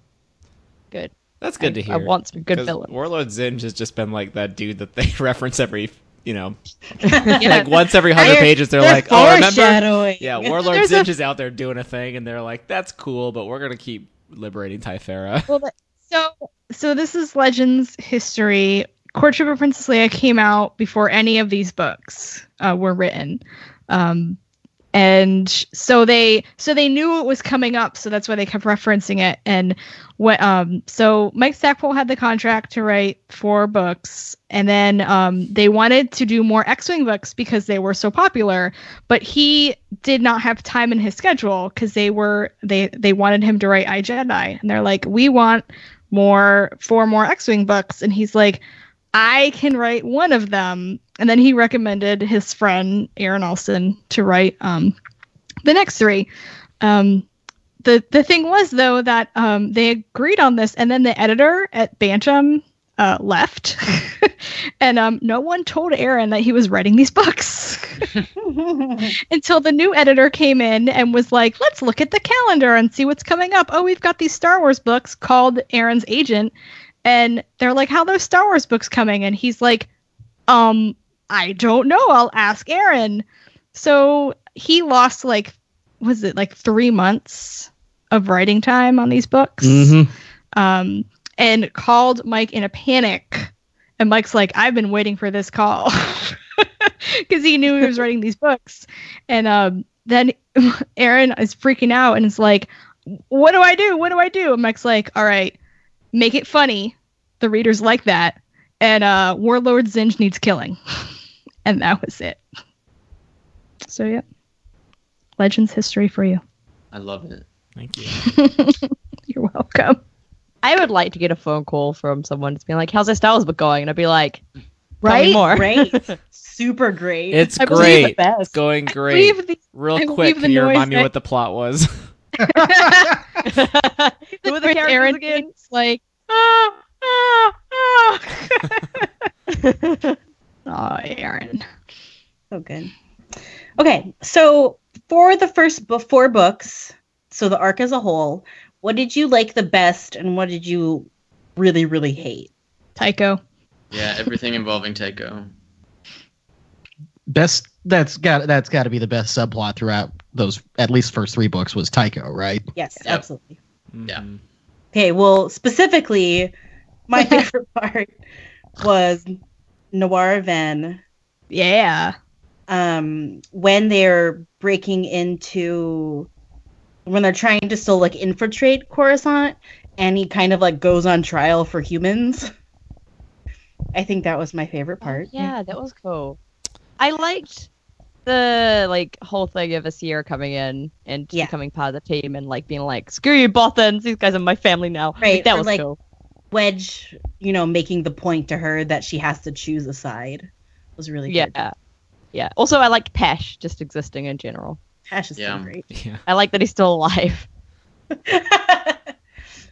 [SPEAKER 6] That's good
[SPEAKER 4] I,
[SPEAKER 6] to hear.
[SPEAKER 4] I want some good
[SPEAKER 6] 'Cause
[SPEAKER 4] villains.
[SPEAKER 6] Warlord Zinj has just been like that dude that they reference every, you know,
[SPEAKER 1] Yeah.
[SPEAKER 6] like once every hundred
[SPEAKER 1] They're-
[SPEAKER 6] pages. They're, like, oh, remember?
[SPEAKER 1] foreshadowing.
[SPEAKER 6] Yeah, Warlord
[SPEAKER 3] There's a-
[SPEAKER 6] Zinj is out there doing a thing, and they're like, that's cool, but we're gonna keep liberating Typhara.
[SPEAKER 3] Well, but- so so this is Legends history. Courtship of Princess Leia came out before any of these books uh, were written, um, and so they so they knew it was coming up, so that's why they kept referencing it. And what um, so Mike Stackpole had the contract to write four books, and then um, they wanted to do more X-wing books because they were so popular but he did not have time in his schedule because they were they they wanted him to write I Jedi, and they're like, we want more four more X Wing books, and he's like, I can write one of them, and then he recommended his friend Aaron Alston to write um the next three. Um, the the thing was though that um they agreed on this, and then the editor at Bantam. Uh, left, and um, no one told Aaron that he was writing these books until the new editor came in and was like, let's look at the calendar and see what's coming up. Oh, we've got these Star Wars books called Aaron's Agent. And they're like, how are those Star Wars books coming? And he's like, um, I don't know. I'll ask Aaron. So he lost like, was it like three months of writing time on these books?
[SPEAKER 7] Mhm.
[SPEAKER 3] um, and called Mike in a panic. And Mike's like, I've been waiting for this call because he knew he was writing these books. And um, then Aaron is freaking out and is like, What do I do? What do I do? And Mike's like, All right, make it funny. The readers like that. And uh, Warlord Zinj needs killing. and that was it. So, yeah. Legends history for you.
[SPEAKER 2] I love it.
[SPEAKER 6] Thank you.
[SPEAKER 3] You're welcome.
[SPEAKER 4] I would like to get a phone call from someone just being like, "How's that Star Wars book going?" And I'd be like,
[SPEAKER 3] Right?
[SPEAKER 4] more.
[SPEAKER 1] great. Super great.
[SPEAKER 6] It's
[SPEAKER 3] I believe
[SPEAKER 6] great.
[SPEAKER 1] the best.
[SPEAKER 6] It's going great.
[SPEAKER 3] Leave the
[SPEAKER 6] Real
[SPEAKER 3] I
[SPEAKER 6] quick,
[SPEAKER 3] believe
[SPEAKER 6] can
[SPEAKER 3] the
[SPEAKER 6] you remind me
[SPEAKER 3] noise that-
[SPEAKER 6] what the plot was?
[SPEAKER 4] "Who are the
[SPEAKER 3] With
[SPEAKER 4] characters
[SPEAKER 3] Aaron
[SPEAKER 4] again?"
[SPEAKER 3] It's like, oh, oh, oh. oh, Aaron.
[SPEAKER 1] So good. Okay, so for the first bu- four books, so the arc as a whole, what did you like the best, and what did you really, really hate?
[SPEAKER 3] Tycho.
[SPEAKER 2] Yeah, everything involving Tycho.
[SPEAKER 7] best that's got that's got to be the best subplot throughout those at least first three books was Tycho, right?
[SPEAKER 1] Yes,
[SPEAKER 2] Yeah.
[SPEAKER 1] absolutely.
[SPEAKER 2] Yeah.
[SPEAKER 6] Mhm.
[SPEAKER 1] Okay, well, specifically, my favorite part was Noir Ven
[SPEAKER 3] Yeah.
[SPEAKER 1] um, when they're breaking into, when they're trying to still like infiltrate Coruscant, and he kind of like goes on trial for humans. I think that was my favorite part.
[SPEAKER 4] Oh, Yeah, that was cool. I liked the like whole thing of Asir coming in and
[SPEAKER 1] Yeah.
[SPEAKER 4] becoming part of the team and like being like, "Screw you, Bothans! These guys are my family now." Like,
[SPEAKER 1] Right,
[SPEAKER 4] that
[SPEAKER 1] or,
[SPEAKER 4] was
[SPEAKER 1] like-
[SPEAKER 4] cool.
[SPEAKER 1] Wedge, you know, making the point to her that she has to choose a side was really
[SPEAKER 4] Yeah.
[SPEAKER 1] good.
[SPEAKER 4] Yeah. Also, I liked Pesh just existing in general.
[SPEAKER 1] Ash is
[SPEAKER 2] Yeah.
[SPEAKER 1] so great.
[SPEAKER 6] Yeah.
[SPEAKER 4] I like that he's still alive.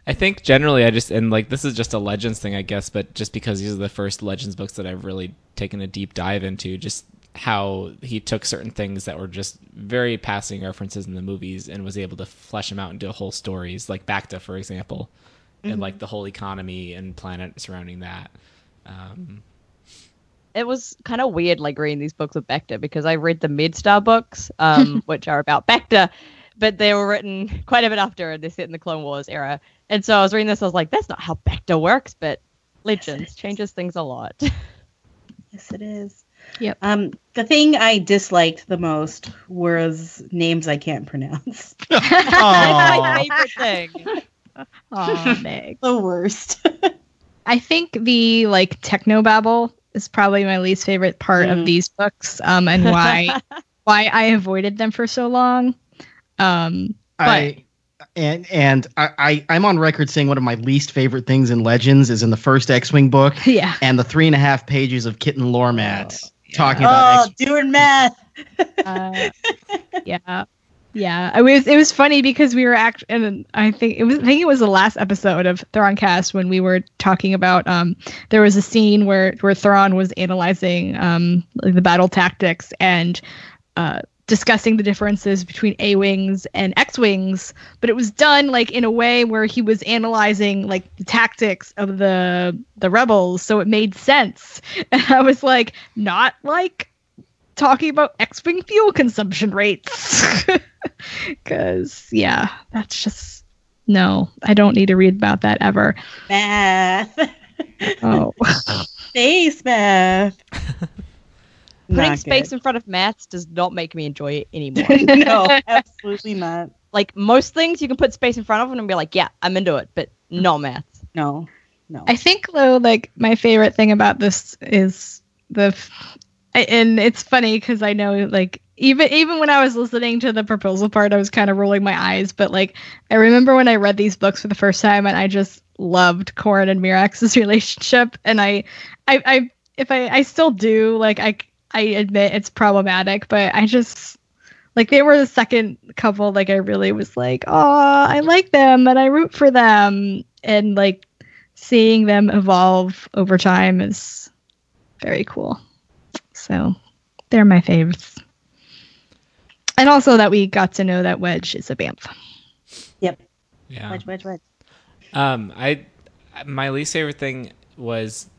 [SPEAKER 6] I think generally I just and like this is just a legends thing I guess, but just because these are the first legends books that I've really taken a deep dive into, just how he took certain things that were just very passing references in the movies and was able to flesh them out into whole stories, like Bacta, for example, and like the whole economy and planet surrounding that. Um,
[SPEAKER 4] it was kind of weird like reading these books with Bector because I read the Medstar books, um, which are about Bector, but they were written quite a bit after and they're set in the Clone Wars era. And so I was reading this, I was like, that's not how Bector works, but Legends changes things a lot.
[SPEAKER 1] yes, it is.
[SPEAKER 3] Yep.
[SPEAKER 1] Um, the thing I disliked the most was names I can't pronounce.
[SPEAKER 4] That's
[SPEAKER 7] Oh,
[SPEAKER 4] my favorite thing.
[SPEAKER 3] Oh, Meg.
[SPEAKER 1] the worst.
[SPEAKER 3] I think the like techno babble is probably my least favorite part
[SPEAKER 1] Mm.
[SPEAKER 3] of these books, um, and why why I avoided them for so long. Um,
[SPEAKER 7] I, and and I, I I'm on record saying one of my least favorite things in Legends is in the first X-wing book
[SPEAKER 3] yeah,
[SPEAKER 7] and the three and a half pages of Kitten Lormat talking about
[SPEAKER 1] Oh,
[SPEAKER 7] X.
[SPEAKER 1] doing math.
[SPEAKER 3] uh, yeah, yeah. It was it was funny because we were act and I think it was I think it was the last episode of Throncast when we were talking about um there was a scene where where Thrawn was analyzing um like the battle tactics and uh discussing the differences between A wings and X wings, but it was done like in a way where he was analyzing like the tactics of the the rebels, so it made sense. And I was like, not like talking about X wing fuel consumption rates, because yeah, that's just no. I don't need to read about that ever.
[SPEAKER 1] Math.
[SPEAKER 3] Oh,
[SPEAKER 1] Space math.
[SPEAKER 4] Putting
[SPEAKER 1] Not
[SPEAKER 4] space
[SPEAKER 1] good.
[SPEAKER 4] in front of maths does not make me enjoy it anymore.
[SPEAKER 1] no, absolutely not.
[SPEAKER 4] like most things, you can put space in front of them and be like, yeah, I'm into it, but no maths.
[SPEAKER 1] No, no.
[SPEAKER 3] I think though, like my favorite thing about this is the, f- I- and it's funny because I know like even even when I was listening to the proposal part, I was kind of rolling my eyes, but like I remember when I read these books for the first time, and I just loved Corin and Mirax's relationship, and I, I, I if I I still do like I I admit it's problematic, but I just. Like they were the second couple, like I really was like, oh, I like them and I root for them. And like seeing them evolve over time is very cool. So they're my faves. And also that we got to know that Wedge is a BAMF.
[SPEAKER 6] Yeah.
[SPEAKER 1] Wedge, wedge, wedge.
[SPEAKER 6] Um, I my least favorite thing was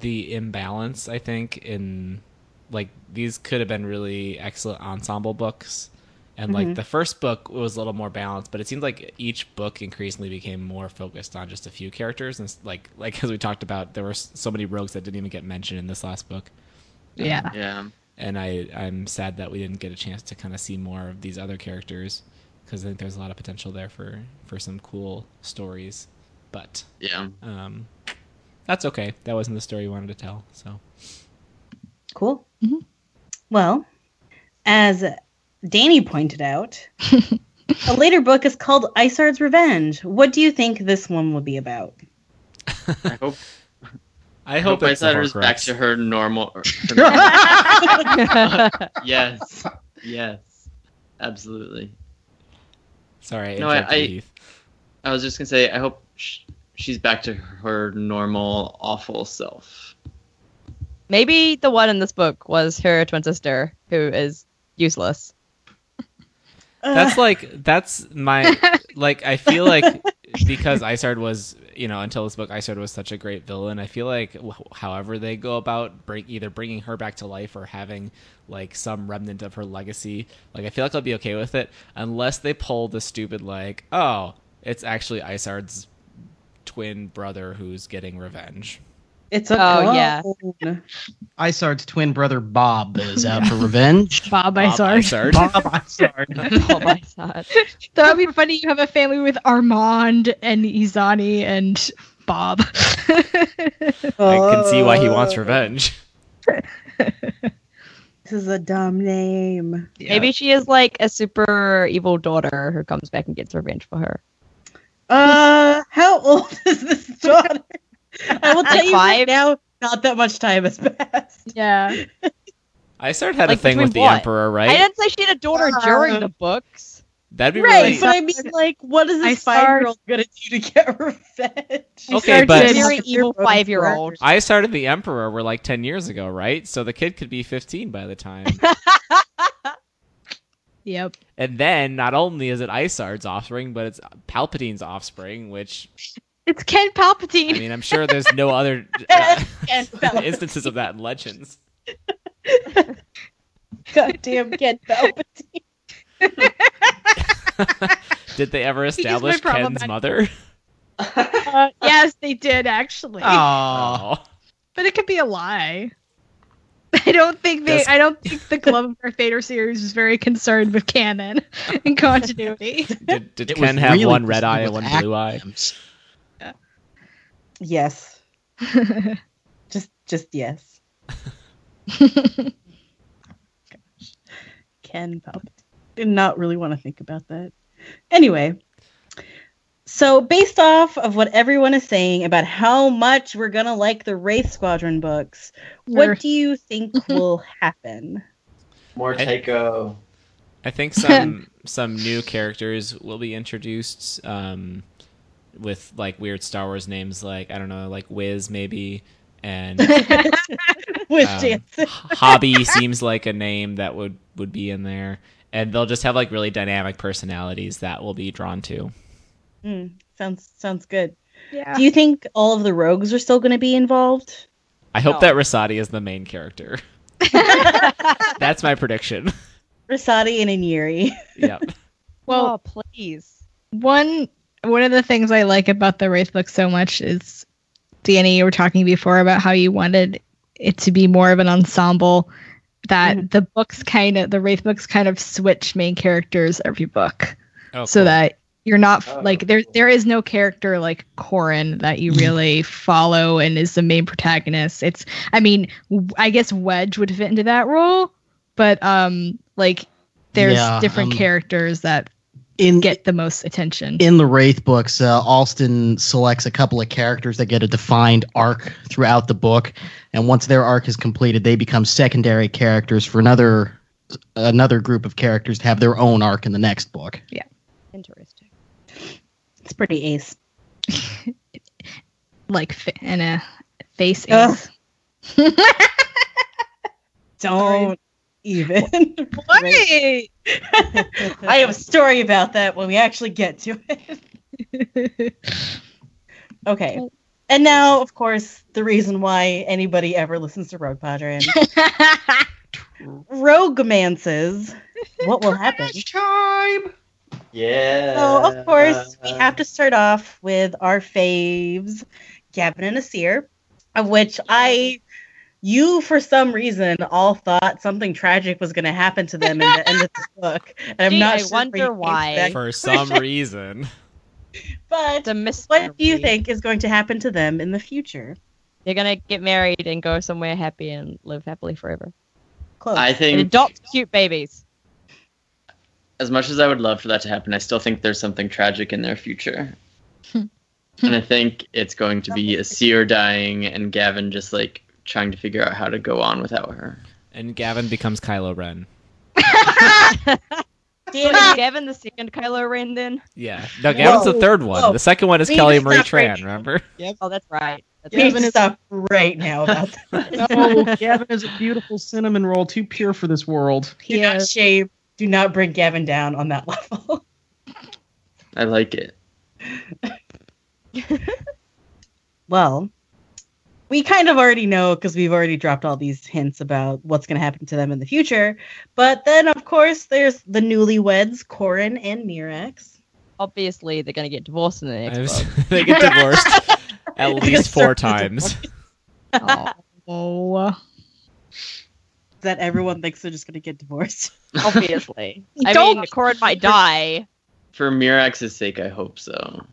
[SPEAKER 6] the imbalance. I think in like these could have been really excellent ensemble books, and like the first book was a little more balanced, but it seemed like each book increasingly became more focused on just a few characters, and s- like like as we talked about, there were s- so many rogues that didn't even get mentioned in this last book.
[SPEAKER 3] Yeah.
[SPEAKER 2] Yeah.
[SPEAKER 6] And I, I'm sad that we didn't get a chance to kind of see more of these other characters because I think there's a lot of potential there for, for some cool stories. But
[SPEAKER 2] Yeah.
[SPEAKER 6] um, that's okay. That wasn't the story you wanted to tell. So
[SPEAKER 1] Cool. Mm-hmm.
[SPEAKER 3] Mhm.
[SPEAKER 1] Well, as Danny pointed out, a later book is called Isard's Revenge. What do you think this one will be about?
[SPEAKER 2] I hope
[SPEAKER 6] I
[SPEAKER 2] I
[SPEAKER 6] hope,
[SPEAKER 2] hope my
[SPEAKER 6] it's the
[SPEAKER 2] daughter is back
[SPEAKER 6] Horcrux.
[SPEAKER 2] to her normal. her normal- yes. Yes. Absolutely.
[SPEAKER 6] Sorry, I
[SPEAKER 2] No, I-
[SPEAKER 6] interrupted
[SPEAKER 2] I-
[SPEAKER 6] you, Heath.
[SPEAKER 2] I was just gonna say I hope sh- she's back to her normal awful self.
[SPEAKER 4] Maybe the one in this book was her twin sister who is useless.
[SPEAKER 6] that's like that's my like I feel like because Isard was you know until this book Isard was such a great villain I feel like wh- however they go about bring either bringing her back to life or having like some remnant of her legacy like I feel like I'll be okay with it unless they pull the stupid like oh it's actually Isard's twin brother who's getting revenge
[SPEAKER 1] it's a
[SPEAKER 4] Oh, yeah.
[SPEAKER 1] clone.
[SPEAKER 7] Isard's twin brother Bob is out for revenge.
[SPEAKER 3] Bob I
[SPEAKER 6] Bob
[SPEAKER 3] sorry.
[SPEAKER 6] Isard.
[SPEAKER 7] Bob Isard.
[SPEAKER 4] oh my god.
[SPEAKER 3] That would be funny. You have a family with Armand and Izani and Bob.
[SPEAKER 6] I can see why he wants revenge
[SPEAKER 1] This is a dumb name.
[SPEAKER 4] Maybe she is like a super evil daughter who comes back and gets revenge for her.
[SPEAKER 1] Uh, how old is this daughter? I will tell you right
[SPEAKER 4] Five?
[SPEAKER 1] now, not that much time has passed.
[SPEAKER 3] yeah.
[SPEAKER 6] Isard had
[SPEAKER 4] Like,
[SPEAKER 6] a thing
[SPEAKER 4] between
[SPEAKER 6] with the
[SPEAKER 4] what?
[SPEAKER 6] emperor
[SPEAKER 4] I
[SPEAKER 6] right
[SPEAKER 4] didn't say she had a daughter during the books.
[SPEAKER 6] that'd be really
[SPEAKER 1] Um, Right, but I mean, like, what is
[SPEAKER 3] I
[SPEAKER 1] this
[SPEAKER 3] started-
[SPEAKER 1] five-year-old gonna do to get revenge?
[SPEAKER 6] Okay, but-
[SPEAKER 3] Started-
[SPEAKER 4] Very evil five-year-old.
[SPEAKER 6] I started the Emperor were like ten years ago, right? So the kid could be fifteen by the time.
[SPEAKER 3] Yep.
[SPEAKER 6] and then not only is it Isard's offspring, but it's Palpatine's offspring, which
[SPEAKER 3] It's Ken Palpatine.
[SPEAKER 6] I mean, I'm sure there's no other uh, instances of that in Legends.
[SPEAKER 1] Goddamn Ken Palpatine.
[SPEAKER 6] Did they ever establish Ken's
[SPEAKER 3] problematic.
[SPEAKER 6] mother?
[SPEAKER 3] Uh, yes, they did actually.
[SPEAKER 7] Oh,
[SPEAKER 6] Oh,
[SPEAKER 3] But it could be a lie. I don't think they.
[SPEAKER 6] That's-
[SPEAKER 3] I don't think the Club of Darth Vader series is very concerned with canon and continuity.
[SPEAKER 6] did, did
[SPEAKER 7] It
[SPEAKER 6] Ken
[SPEAKER 7] was
[SPEAKER 6] have
[SPEAKER 7] really
[SPEAKER 6] one red eye and
[SPEAKER 7] concerned
[SPEAKER 6] one
[SPEAKER 7] with
[SPEAKER 6] blue eye?
[SPEAKER 7] acronyms.
[SPEAKER 1] Yes. Just Just yes. Ken Pop. Did not really want to think about that. Anyway, so based off of what everyone is saying about how much we're gonna like the Wraith Squadron books,
[SPEAKER 3] Sure. Mm-hmm.
[SPEAKER 1] what do you think will happen?
[SPEAKER 8] More
[SPEAKER 6] I-
[SPEAKER 8] Tycho.
[SPEAKER 6] I think some some new characters will be introduced um, with like weird Star Wars names, like I don't know, like Wiz maybe, and
[SPEAKER 1] With
[SPEAKER 6] Um,
[SPEAKER 1] Jansen.
[SPEAKER 6] Hobby seems like a name that would would be in there, and they'll just have like really dynamic personalities that will be drawn to.
[SPEAKER 1] Mm, sounds sounds good.
[SPEAKER 3] Yeah.
[SPEAKER 1] Do you think all of the rogues are still gonna be involved?
[SPEAKER 6] I hope
[SPEAKER 4] Oh.
[SPEAKER 6] that Rasadi is the main character. That's my prediction.
[SPEAKER 1] Rasadi and Inyiri.
[SPEAKER 6] yep.
[SPEAKER 3] Well-
[SPEAKER 4] Oh, please.
[SPEAKER 3] one one of the things I like about the Wraith book so much is Danny, you were talking before about how you wanted it to be more of an ensemble that the books kind of the Wraith books kind of switch main characters every book
[SPEAKER 6] Oh,
[SPEAKER 3] so
[SPEAKER 6] cool.
[SPEAKER 3] that you're not
[SPEAKER 8] Oh,
[SPEAKER 3] like there
[SPEAKER 8] cool.
[SPEAKER 3] there is no character like Corin that you really follow and is the main protagonist. It's I mean, w- I guess Wedge would fit into that role, but um like there's
[SPEAKER 7] Yeah,
[SPEAKER 3] different
[SPEAKER 7] um,
[SPEAKER 3] characters that
[SPEAKER 7] In
[SPEAKER 3] get the most attention.
[SPEAKER 7] in the Wraith books, uh, Alston selects a couple of characters that get a defined arc throughout the book, and once their arc is completed, they become secondary characters for another another group of characters to have their own arc in the next book.
[SPEAKER 4] Interesting.
[SPEAKER 1] It's pretty ace.
[SPEAKER 3] like fa- and a face
[SPEAKER 1] Ugh.
[SPEAKER 3] is.
[SPEAKER 1] Don't even.
[SPEAKER 3] Why?
[SPEAKER 1] I have a story about that when we actually get to it. Okay. And now, of course, the reason why anybody ever listens to Rogue Padron. Rogue Mances. What will happen?
[SPEAKER 8] time. Yeah.
[SPEAKER 1] So, Oh,
[SPEAKER 4] Uh,
[SPEAKER 1] of course, we have to start off with our faves, Gavin and Asir, of which I, you for some reason, all thought something tragic was going to happen to them in the end of this book. And I'm
[SPEAKER 4] Gee,
[SPEAKER 1] not
[SPEAKER 4] I
[SPEAKER 1] sure
[SPEAKER 4] wonder
[SPEAKER 1] where you came to
[SPEAKER 4] why.
[SPEAKER 1] that,
[SPEAKER 6] For some reason,
[SPEAKER 1] But
[SPEAKER 4] It's a mystery.
[SPEAKER 1] what do you think is going to happen to them in the future?
[SPEAKER 4] They're gonna get married and go somewhere happy and live happily forever.
[SPEAKER 1] Close.
[SPEAKER 2] I
[SPEAKER 4] And
[SPEAKER 2] think
[SPEAKER 4] adopt cute babies.
[SPEAKER 2] as much as I would love for that to happen, I still think there's something tragic in their future. and I think it's going to be a seer dying and Gavin just like trying to figure out how to go on without her.
[SPEAKER 6] and Gavin becomes Kylo Ren.
[SPEAKER 4] So
[SPEAKER 1] Danny,
[SPEAKER 4] is Gavin the second Kylo Ren then?
[SPEAKER 6] Yeah. No, Gavin's the
[SPEAKER 1] Whoa,
[SPEAKER 6] third one.
[SPEAKER 1] whoa.
[SPEAKER 6] The second one is
[SPEAKER 1] We
[SPEAKER 6] Kelly
[SPEAKER 1] need to
[SPEAKER 6] Marie
[SPEAKER 1] stop right
[SPEAKER 6] Tran.
[SPEAKER 1] now.
[SPEAKER 6] Remember?
[SPEAKER 4] Oh, that's right. That's
[SPEAKER 1] we need
[SPEAKER 4] right.
[SPEAKER 1] to stop right now about that.
[SPEAKER 7] No, Gavin is a beautiful cinnamon roll, too pure for this world.
[SPEAKER 1] Do not shame. Do not bring Gavin down on that level.
[SPEAKER 2] I like it.
[SPEAKER 1] Well, we kind of already know because we've already dropped all these hints about what's going to happen to them in the future. But then, of course, there's the newlyweds, Corin and Mirax.
[SPEAKER 4] Obviously, they're gonna get divorced in the next
[SPEAKER 6] I was-
[SPEAKER 4] book.
[SPEAKER 6] they get divorced at least four times.
[SPEAKER 3] oh,
[SPEAKER 1] That everyone thinks they're just going to get divorced.
[SPEAKER 4] Obviously. I mean,
[SPEAKER 3] Don't-
[SPEAKER 4] Corin might die.
[SPEAKER 2] For Mirax's sake, I hope so.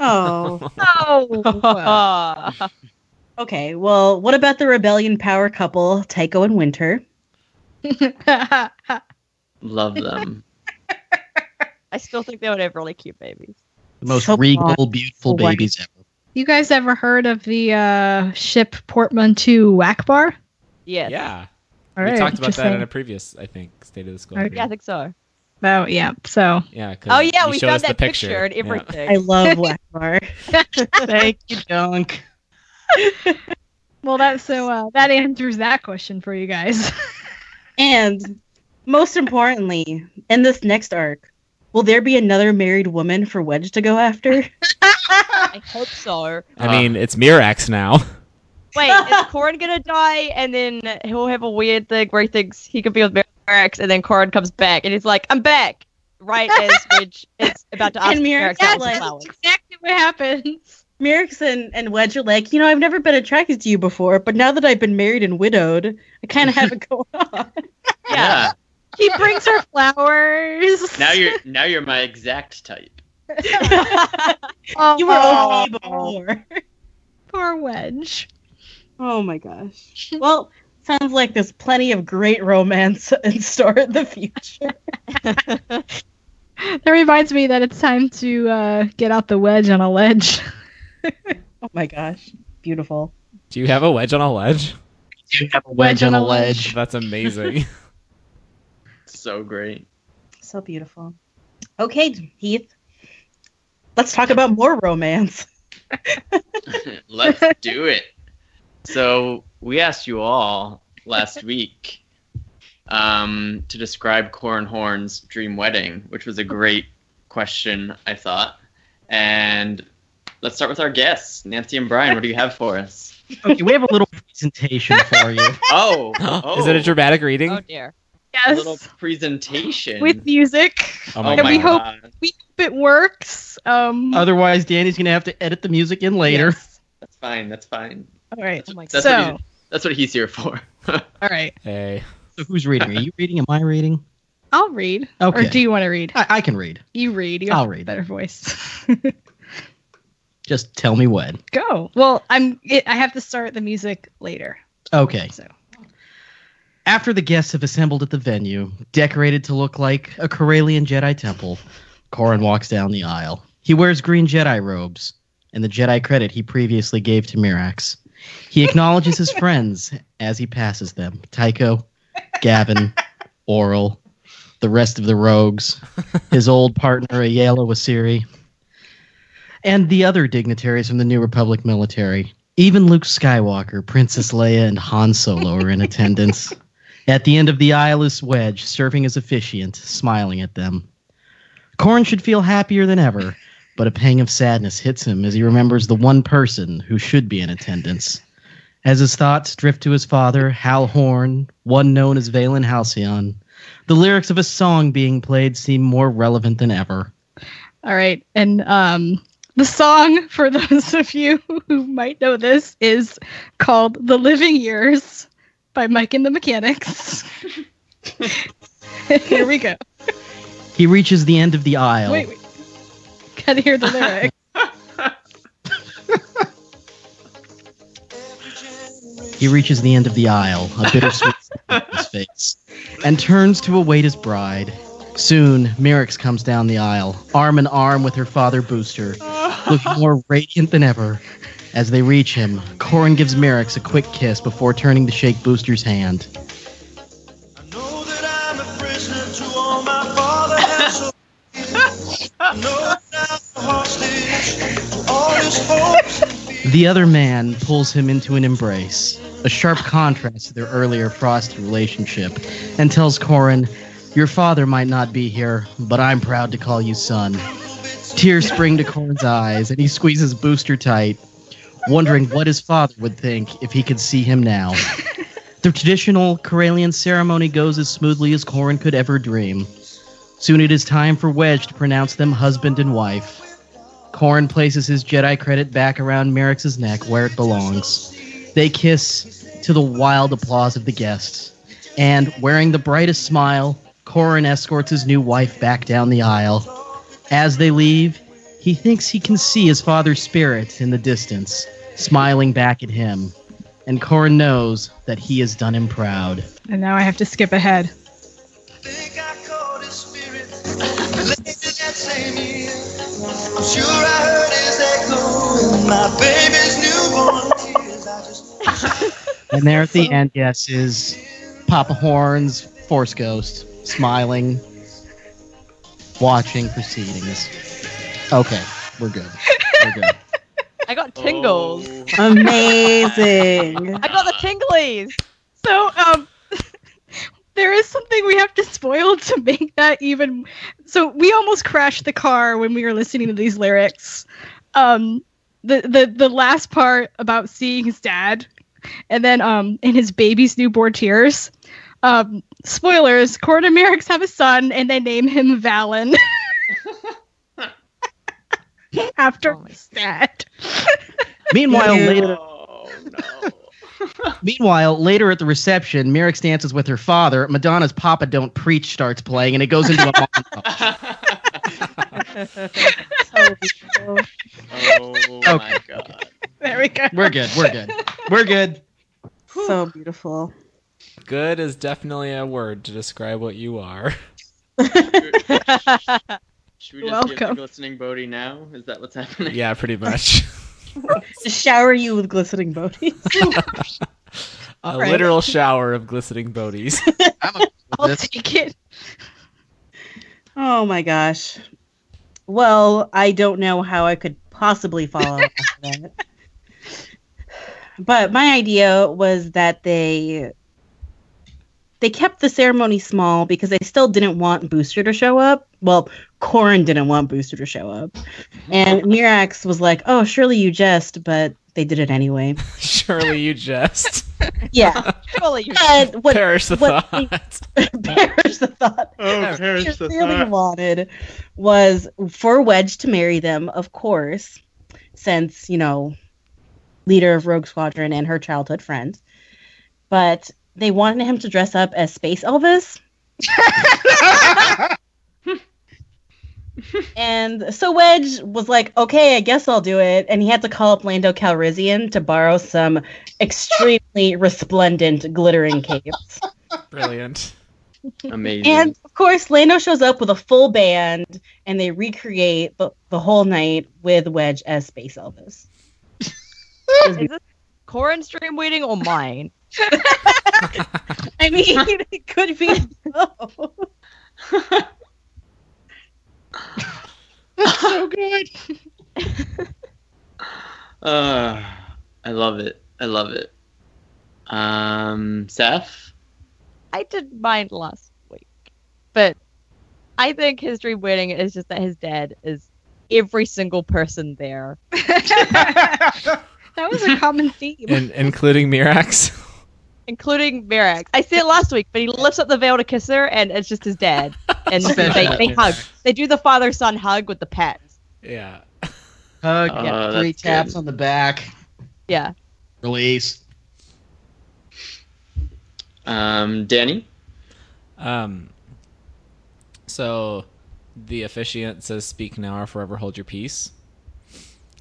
[SPEAKER 1] Oh.
[SPEAKER 3] no!
[SPEAKER 4] Ah.
[SPEAKER 1] okay. Well, what about the rebellion power couple, Tycho and Winter?
[SPEAKER 2] Love them.
[SPEAKER 4] I still think they would have really cute babies.
[SPEAKER 7] The most
[SPEAKER 1] So
[SPEAKER 7] regal, beautiful
[SPEAKER 1] Wonderful.
[SPEAKER 7] babies ever.
[SPEAKER 3] you guys ever heard of the uh, ship portmanteau whack bar?
[SPEAKER 4] Yes.
[SPEAKER 6] Yeah.
[SPEAKER 3] All
[SPEAKER 6] we
[SPEAKER 3] right,
[SPEAKER 6] talked about
[SPEAKER 3] just
[SPEAKER 6] that in
[SPEAKER 3] saying.
[SPEAKER 6] a previous, I think, State of the School.
[SPEAKER 3] Alright.
[SPEAKER 4] Yeah, I think so.
[SPEAKER 3] Oh yeah, so
[SPEAKER 6] Yeah. 'cause
[SPEAKER 4] Oh yeah,
[SPEAKER 6] you
[SPEAKER 4] we
[SPEAKER 6] showed
[SPEAKER 4] found
[SPEAKER 6] us the
[SPEAKER 4] that picture, and
[SPEAKER 6] Yeah.
[SPEAKER 4] everything.
[SPEAKER 1] I love Blackmar.
[SPEAKER 7] Thank you, Dunk.
[SPEAKER 3] well that so uh, that answers that question for you guys.
[SPEAKER 1] and most importantly, in this next arc, will there be another married woman for Wedge to go after?
[SPEAKER 4] I, hope so.
[SPEAKER 6] I mean, it's Mirax now.
[SPEAKER 4] Wait, is Corin gonna die and then he'll have a weird thing where he thinks he could be with Merrick's and then Corin comes back and he's like, I'm back right as Ridge is about to ask
[SPEAKER 1] And Merrick's
[SPEAKER 4] Merrick's
[SPEAKER 1] Yeah,
[SPEAKER 4] yeah,
[SPEAKER 1] not like-
[SPEAKER 4] flowers.
[SPEAKER 3] exactly what happens.
[SPEAKER 1] Merrick's and, and Wedge are like, you know, I've never been attracted to you before, but now that I've been married and widowed, I kind of have it going on.
[SPEAKER 2] yeah.
[SPEAKER 3] He brings her flowers.
[SPEAKER 2] Now you're now you're my exact type.
[SPEAKER 3] oh,
[SPEAKER 1] you were okay before.
[SPEAKER 3] poor Wedge.
[SPEAKER 1] Oh my gosh. Well, sounds like there's plenty of great romance in store in the future.
[SPEAKER 3] That reminds me that it's time to uh, get out the wedge on a ledge.
[SPEAKER 1] Oh my gosh. Beautiful.
[SPEAKER 6] Do you have a wedge on a ledge?
[SPEAKER 7] You have a wedge on a ledge.
[SPEAKER 6] That's amazing.
[SPEAKER 2] So great.
[SPEAKER 1] So beautiful. Okay, Heath. Let's talk about more romance.
[SPEAKER 2] Let's do it. So we asked you all last week um, to describe Corin Horn's dream wedding, which was a great question, I thought. And let's start with our guests, Nancy and Brian. What do you have for us?
[SPEAKER 7] Okay, we have a little presentation for you.
[SPEAKER 2] Oh, oh
[SPEAKER 6] Is it a dramatic reading?
[SPEAKER 4] Oh dear.
[SPEAKER 2] a little presentation?
[SPEAKER 3] With music.
[SPEAKER 6] Oh
[SPEAKER 2] oh
[SPEAKER 6] my
[SPEAKER 3] and we
[SPEAKER 6] God.
[SPEAKER 3] hope-
[SPEAKER 2] God.
[SPEAKER 3] If it works. Um,
[SPEAKER 7] Otherwise, Danny's gonna have to edit the music in Uh, later.
[SPEAKER 2] That's fine. That's fine.
[SPEAKER 3] all right.
[SPEAKER 4] Oh my
[SPEAKER 2] That's
[SPEAKER 3] so,
[SPEAKER 2] what That's what he's here for.
[SPEAKER 3] all right.
[SPEAKER 6] Hey.
[SPEAKER 7] So who's reading? Are you reading? Am I reading?
[SPEAKER 3] I'll read.
[SPEAKER 7] Okay.
[SPEAKER 3] Or do you want to read?
[SPEAKER 7] I, I can read.
[SPEAKER 3] You read. You
[SPEAKER 7] I'll
[SPEAKER 3] have a
[SPEAKER 7] read.
[SPEAKER 3] Better voice.
[SPEAKER 7] Just tell me when.
[SPEAKER 3] Go. Well, I'm. It, I have to start the music later.
[SPEAKER 7] Okay.
[SPEAKER 3] So.
[SPEAKER 7] After the guests have assembled at the venue, decorated to look like a Corellian Jedi temple, Corrin walks down the aisle. He wears green Jedi robes and the Jedi credit he previously gave to Mirax. He acknowledges his friends as he passes them Tycho, Gavin, Oral, the rest of the rogues, his old partner Ayala Wasiri, and the other dignitaries from the New Republic military, even Luke Skywalker, Princess Leia, and Han Solo are in attendance. At the end of the aisle is Wedge, serving as officiant, smiling at them. Corrin should feel happier than ever, but a pang of sadness hits him as he remembers the one person who should be in attendance. As his thoughts drift to his father, Hal Horn, one known as Valen Halcyon, the lyrics of a song being played seem more relevant than ever.
[SPEAKER 3] All right. And um, the song for those of you who might know this is called "The Living Years" by Mike and the Mechanics. Here we go.
[SPEAKER 7] He reaches the end of the aisle.
[SPEAKER 3] Wait, wait. Gotta hear the lyric.
[SPEAKER 7] He reaches the end of the aisle, a bittersweet smile on his face, and turns to await his bride. Soon, Merrick's comes down the aisle, arm in arm with her father Booster, looking more radiant than ever. As they reach him, Corin gives Merrick's a quick kiss before turning to shake Booster's hand.
[SPEAKER 9] I know that I'm a prisoner to all my father has so I know that I'm a hostage to all his hopes and fears.
[SPEAKER 7] The other man pulls him into an embrace, a sharp contrast to their earlier frosty relationship, and tells Corin, Your father might not be here, but I'm proud to call you son. Tears spring to Corin's eyes, and he squeezes Booster tight, wondering what his father would think if he could see him now. the traditional Corellian ceremony goes as smoothly as Corin could ever dream. Soon it is time for Wedge to pronounce them husband and wife. Corrin places his Jedi credit back around Merrick's neck where it belongs. They kiss to the wild applause of the guests. And wearing the brightest smile, Corrin escorts his new wife back down the aisle. As they leave, he thinks he can see his father's spirit in the distance, smiling back at him. And Corrin knows that he has done him proud.
[SPEAKER 3] And now I have to skip ahead.
[SPEAKER 9] Think I caught his spirit later that same year. I'm sure I heard his echo in my baby's newborn tears. I just
[SPEAKER 7] And there at the end, yes, is Papa Horn's Force Ghost smiling, watching proceedings. Okay, we're good. We're good.
[SPEAKER 4] I got tingles.
[SPEAKER 2] Oh.
[SPEAKER 1] Amazing.
[SPEAKER 4] I got the tinglies.
[SPEAKER 3] So, um, there is something we have to spoil to make that even. So we almost crashed the car when we were listening to these lyrics. Um, the the the last part about seeing his dad, and then um, in his baby's newborn tears. Um, spoilers: Corin and Merrick's have a son, and they name him Valen. After
[SPEAKER 4] Oh my-
[SPEAKER 3] his dad.
[SPEAKER 7] Meanwhile,
[SPEAKER 1] Yeah.
[SPEAKER 7] later,
[SPEAKER 2] Oh, no.
[SPEAKER 7] meanwhile, later at the reception, Merrick dances with her father. Madonna's "Papa Don't Preach" starts playing, and it goes into a monologue.
[SPEAKER 1] So beautiful.
[SPEAKER 2] oh my god.
[SPEAKER 3] There we go.
[SPEAKER 2] Oh
[SPEAKER 7] We're good. We're good. We're good.
[SPEAKER 1] So beautiful.
[SPEAKER 6] Good is definitely a word to describe what you are.
[SPEAKER 2] Should we just give the
[SPEAKER 1] Welcome.
[SPEAKER 2] glistening Bodhi now? Is that what's happening?
[SPEAKER 6] yeah, pretty much.
[SPEAKER 1] Shower you with glistening booties.
[SPEAKER 6] a
[SPEAKER 1] Alright.
[SPEAKER 6] literal shower of glistening bodies.
[SPEAKER 3] I'll take it.
[SPEAKER 1] Oh my gosh. Well, I don't know how I could possibly follow up after that. But my idea was that they they kept the ceremony small because they still didn't want Booster to show up. Well, Corin didn't want Booster to show up. And Mirax was like, "Oh, surely you jest," but they did it anyway.
[SPEAKER 6] Surely you jest.
[SPEAKER 1] Yeah.
[SPEAKER 4] Surely you
[SPEAKER 1] But what
[SPEAKER 6] Perish the
[SPEAKER 1] what
[SPEAKER 6] thought.
[SPEAKER 1] perish the thought
[SPEAKER 2] Oh,
[SPEAKER 1] she really wanted was for Wedge to marry them, of course, since, you know, leader of Rogue Squadron and her childhood friend. But they wanted him to dress up as Space Elvis. and so Wedge was like, okay, I guess I'll do it. And he had to call up Lando Calrissian to borrow some extremely resplendent glittering capes.
[SPEAKER 6] Brilliant.
[SPEAKER 2] Amazing.
[SPEAKER 1] And of course, Lando shows up with a full band, and they recreate the, the whole night with Wedge as Space Elvis.
[SPEAKER 4] Is this Corin's dream waiting or mine?
[SPEAKER 1] I mean, it could be. both.
[SPEAKER 2] so good. uh, I love it. I love it. Um, Seth.
[SPEAKER 4] I did mine last week, but I think his dream wedding is just that his dad is every single person there.
[SPEAKER 3] That was a common theme.
[SPEAKER 6] In- including Mirax.
[SPEAKER 4] including Mirax. I said it last week, but he lifts up the veil to kiss her, and it's just his dad. And they, they hug. They do the father son hug with the pats.
[SPEAKER 6] Yeah.
[SPEAKER 7] Hug,
[SPEAKER 2] Oh,
[SPEAKER 7] yeah,
[SPEAKER 2] that's
[SPEAKER 7] three
[SPEAKER 2] good.
[SPEAKER 7] taps on the back.
[SPEAKER 4] Yeah.
[SPEAKER 7] Release.
[SPEAKER 2] Um, Danny.
[SPEAKER 6] Um. So, the officiant says, "Speak now or forever hold your peace."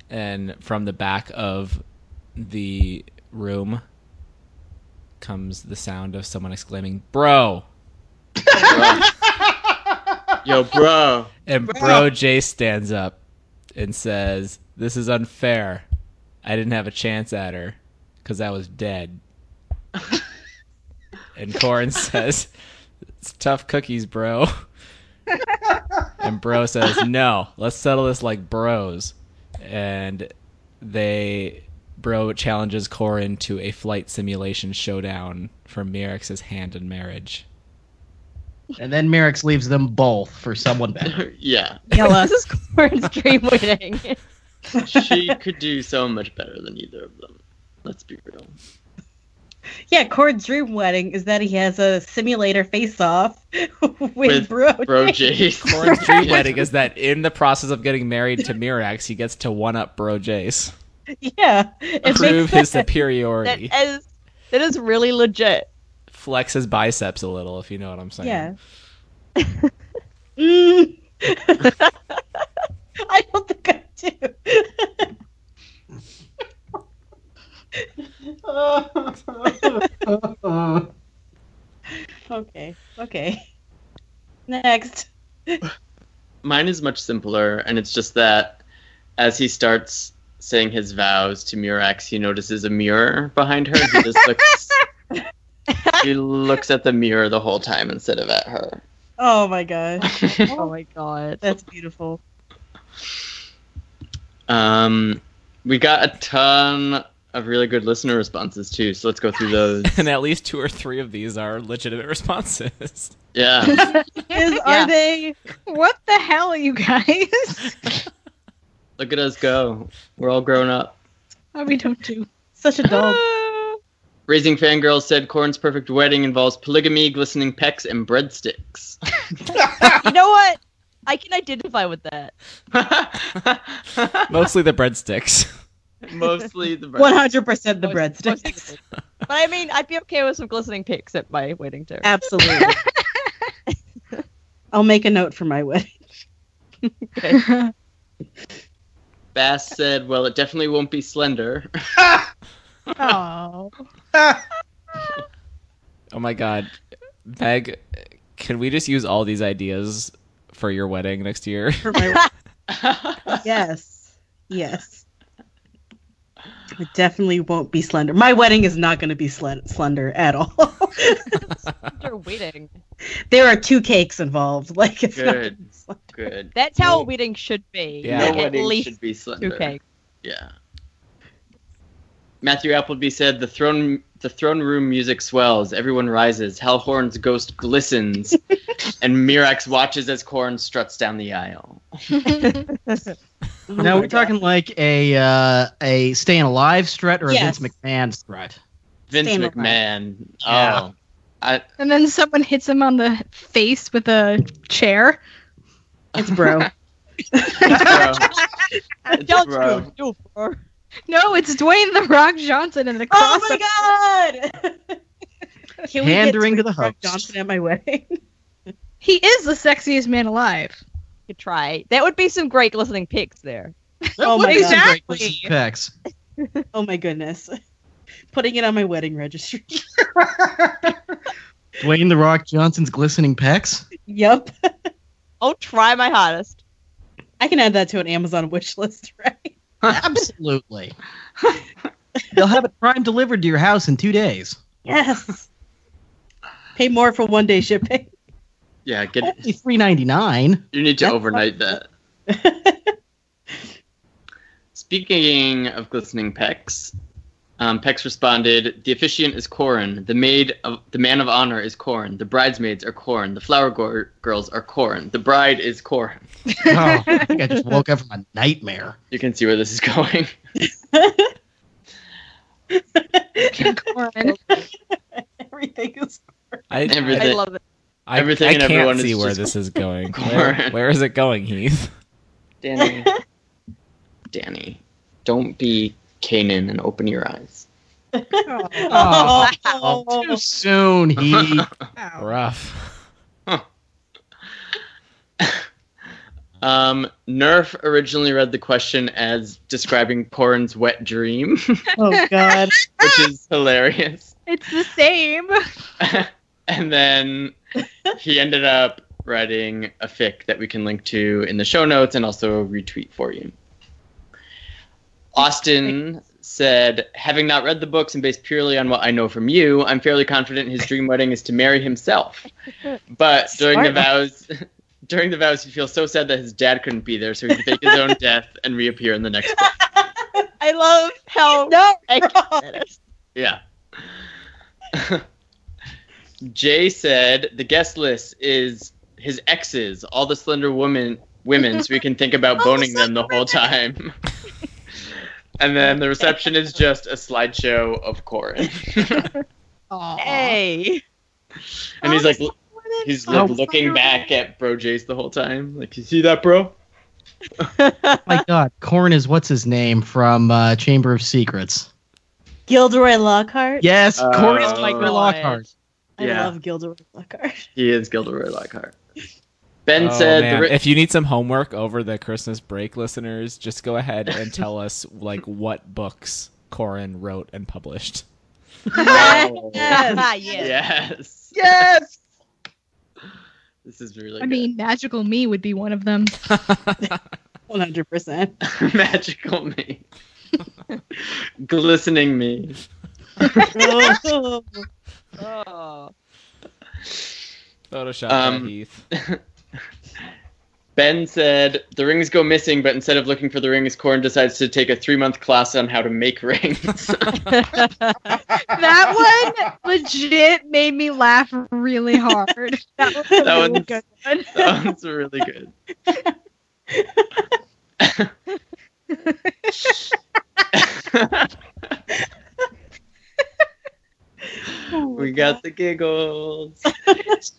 [SPEAKER 6] And from the back of the room comes the sound of someone exclaiming, "Bro!"
[SPEAKER 2] Bro. Yo, bro.
[SPEAKER 6] And Bro Jay stands up and says, "This is unfair. I didn't have a chance at her because I was dead." and Corin says, "It's tough cookies, bro." and Bro says, "No, let's settle this like bros." And they Bro challenges Corin to a flight simulation showdown for Mirix's hand in marriage.
[SPEAKER 7] And then Merrick's leaves them both for someone better.
[SPEAKER 2] yeah,
[SPEAKER 4] This is Corin's dream wedding.
[SPEAKER 2] she could do so much better than either of them. Let's be real.
[SPEAKER 1] yeah, Cord's dream wedding is that he has a simulator face off with,
[SPEAKER 2] With
[SPEAKER 1] Bro.
[SPEAKER 2] Bro, Jace.
[SPEAKER 6] Corin's dream wedding is that in the process of getting married to Mirax, he gets to one up Bro Jace,
[SPEAKER 1] Yeah, it makes
[SPEAKER 6] prove
[SPEAKER 1] sense.
[SPEAKER 6] his
[SPEAKER 1] e-
[SPEAKER 4] that
[SPEAKER 6] superiority,
[SPEAKER 4] is that is really legit.
[SPEAKER 6] flex his biceps a little, if you know what I'm saying.
[SPEAKER 1] Yeah. Mm. I don't think I do. okay. Okay. Next.
[SPEAKER 2] Mine is much simpler, and it's just that as he starts saying his vows to Murax, he notices a mirror behind her. He just looks. he looks at the mirror the whole time instead of at her.
[SPEAKER 1] Oh my gosh.
[SPEAKER 4] Oh my god.
[SPEAKER 1] That's beautiful.
[SPEAKER 2] um, we got a ton of really good listener responses too, so let's go through those.
[SPEAKER 6] And at least two or three of these are legitimate responses.
[SPEAKER 2] Yeah.
[SPEAKER 1] Is
[SPEAKER 4] Yeah.
[SPEAKER 1] are they
[SPEAKER 3] What the hell are you guys?
[SPEAKER 2] Look at us go. We're all grown up.
[SPEAKER 3] Oh, we don't do.
[SPEAKER 1] such adults?
[SPEAKER 2] Raising Fangirl said Corn's perfect wedding involves polygamy, glistening pecs, and breadsticks.
[SPEAKER 4] You know what? I can identify with that.
[SPEAKER 6] Mostly the breadsticks.
[SPEAKER 2] Mostly the
[SPEAKER 1] One
[SPEAKER 2] breadsticks.
[SPEAKER 1] hundred percent the
[SPEAKER 4] Most- most
[SPEAKER 1] breadsticks.
[SPEAKER 4] people do. But I mean, I'd be okay with some glistening pics at my wedding too.
[SPEAKER 1] Absolutely. I'll make a note for my wedding.
[SPEAKER 2] Bass said, well, it definitely won't be slender.
[SPEAKER 3] Oh.
[SPEAKER 6] Oh my god, Meg, can we just use all these ideas for your wedding next year?
[SPEAKER 1] For my- yes. Yes. I definitely won't be slender. My wedding is not going to be slen- slender at all.
[SPEAKER 4] They're waiting.
[SPEAKER 1] there are two cakes involved. Like it's not
[SPEAKER 2] Good. Good.
[SPEAKER 4] That's how
[SPEAKER 2] No-
[SPEAKER 4] a wedding should be.
[SPEAKER 6] Yeah.
[SPEAKER 2] No
[SPEAKER 4] Like, at
[SPEAKER 2] wedding
[SPEAKER 4] least
[SPEAKER 2] should be slender.
[SPEAKER 4] two cakes.
[SPEAKER 2] Yeah. Matthew Appleby said, "The throne, the throne room music swells. Everyone rises. Hellhorn's ghost glistens, and Mirax watches as Corn struts down the aisle."
[SPEAKER 1] Oh
[SPEAKER 7] now we're talking like a uh, a staying alive strut or a
[SPEAKER 1] Yes.
[SPEAKER 7] Vince McMahon strut.
[SPEAKER 2] Vince
[SPEAKER 1] Stand alive.
[SPEAKER 2] McMahon.
[SPEAKER 7] Yeah.
[SPEAKER 2] Oh, I,
[SPEAKER 3] And then someone hits him on the face with a chair.
[SPEAKER 1] it's bro.
[SPEAKER 2] bro. It's
[SPEAKER 4] Don't
[SPEAKER 2] Oh, bro.
[SPEAKER 4] do- do for-
[SPEAKER 3] No, it's Dwayne the Rock Johnson in the cross.
[SPEAKER 1] oh my god! Can
[SPEAKER 7] Pandering to the
[SPEAKER 1] Dwayne Rock
[SPEAKER 7] host.
[SPEAKER 1] Johnson at my wedding?
[SPEAKER 3] He is the sexiest man alive.
[SPEAKER 4] could try. That would be some great listening picks there.
[SPEAKER 1] Oh my
[SPEAKER 7] What is
[SPEAKER 1] God.
[SPEAKER 7] it, Great Places Picks?
[SPEAKER 1] Oh my goodness! Putting it on my wedding registry.
[SPEAKER 7] Dwayne the Rock Johnson's glistening pecs.
[SPEAKER 1] yep,
[SPEAKER 4] I'll try my hardest.
[SPEAKER 1] I can add that to an Amazon wish list, right?
[SPEAKER 7] Absolutely. They'll have it prime delivered to your house in two days.
[SPEAKER 1] Yes. Pay more for one day shipping.
[SPEAKER 2] Yeah, get
[SPEAKER 7] Only three ninety nine.
[SPEAKER 2] You need to
[SPEAKER 7] That's
[SPEAKER 2] overnight that. Speaking of glistening pecs, um, Pecs responded: "The officiant is Corin. The maid of the man of honor is Corin. The bridesmaids are Corin. The flower gor- girls are Corin. The bride is Corin."
[SPEAKER 7] Oh, I think I just woke up from a nightmare.
[SPEAKER 2] You can see where this is going.
[SPEAKER 3] Corin.
[SPEAKER 1] Everything is
[SPEAKER 6] I,
[SPEAKER 4] I
[SPEAKER 2] Everything,
[SPEAKER 4] love it.
[SPEAKER 6] I,
[SPEAKER 2] everything
[SPEAKER 6] I
[SPEAKER 2] and
[SPEAKER 6] can't
[SPEAKER 2] everyone is
[SPEAKER 6] see where
[SPEAKER 2] just-
[SPEAKER 6] this is going. Where- where is it going, Heath?
[SPEAKER 2] Danny. Danny, don't be Canaan and open your eyes.
[SPEAKER 1] Oh,
[SPEAKER 7] Too soon, he.
[SPEAKER 2] Oh.
[SPEAKER 6] Rough.
[SPEAKER 2] Um, Nerf originally read the question as describing Corin's wet dream,
[SPEAKER 1] oh god.
[SPEAKER 2] which is hilarious.
[SPEAKER 3] It's the same.
[SPEAKER 2] and then he ended up writing a fic that we can link to in the show notes and also retweet for you. Austin said, having not read the books and based purely on what I know from you, I'm fairly confident his dream wedding is to marry himself. But during the
[SPEAKER 1] Smart.
[SPEAKER 2] vows, during the vows, he feels so sad that his dad couldn't be there, so he can fake his own death and reappear in the next book.
[SPEAKER 4] I love how
[SPEAKER 1] No.
[SPEAKER 2] Yeah. Jay said the guest list is his exes, all the slender woman women, so we can think about boning them the whole time. and then the reception is just a slideshow of Corin.
[SPEAKER 4] Hey.
[SPEAKER 2] and he's like he's like looking back at Bro Jace the whole time. Like, you see that bro?
[SPEAKER 7] My God, Corn is what's his name from uh, Chamber of Secrets.
[SPEAKER 1] Gilderoy Lockhart.
[SPEAKER 7] Yes,
[SPEAKER 2] Oh,
[SPEAKER 7] Corn is Michael
[SPEAKER 2] God.
[SPEAKER 7] Lockhart.
[SPEAKER 1] I
[SPEAKER 2] Yeah.
[SPEAKER 1] love Gilderoy Lockhart.
[SPEAKER 2] He is Gilderoy Lockhart. Ben
[SPEAKER 6] Oh,
[SPEAKER 2] said
[SPEAKER 6] man.
[SPEAKER 2] the ri-
[SPEAKER 6] if you need some homework over the Christmas break, listeners, just go ahead and tell us like what books Corin wrote and published.
[SPEAKER 2] No.
[SPEAKER 4] Ah, yes.
[SPEAKER 2] Yes.
[SPEAKER 1] Yes.
[SPEAKER 2] This is really
[SPEAKER 3] I mean, Magical Me would be one of them.
[SPEAKER 1] One hundred percent.
[SPEAKER 2] good. magical me. Glistening me.
[SPEAKER 4] Oh.
[SPEAKER 6] Photoshop
[SPEAKER 2] Um,
[SPEAKER 6] that, Heath.
[SPEAKER 2] Ben said the rings go missing, but instead of looking for the rings, Corn decides to take a three month class on how to make rings.
[SPEAKER 3] That one legit made me laugh really hard. That was a
[SPEAKER 2] That
[SPEAKER 3] really
[SPEAKER 2] one's-
[SPEAKER 3] good one.
[SPEAKER 2] Sounds really good. we got the giggles.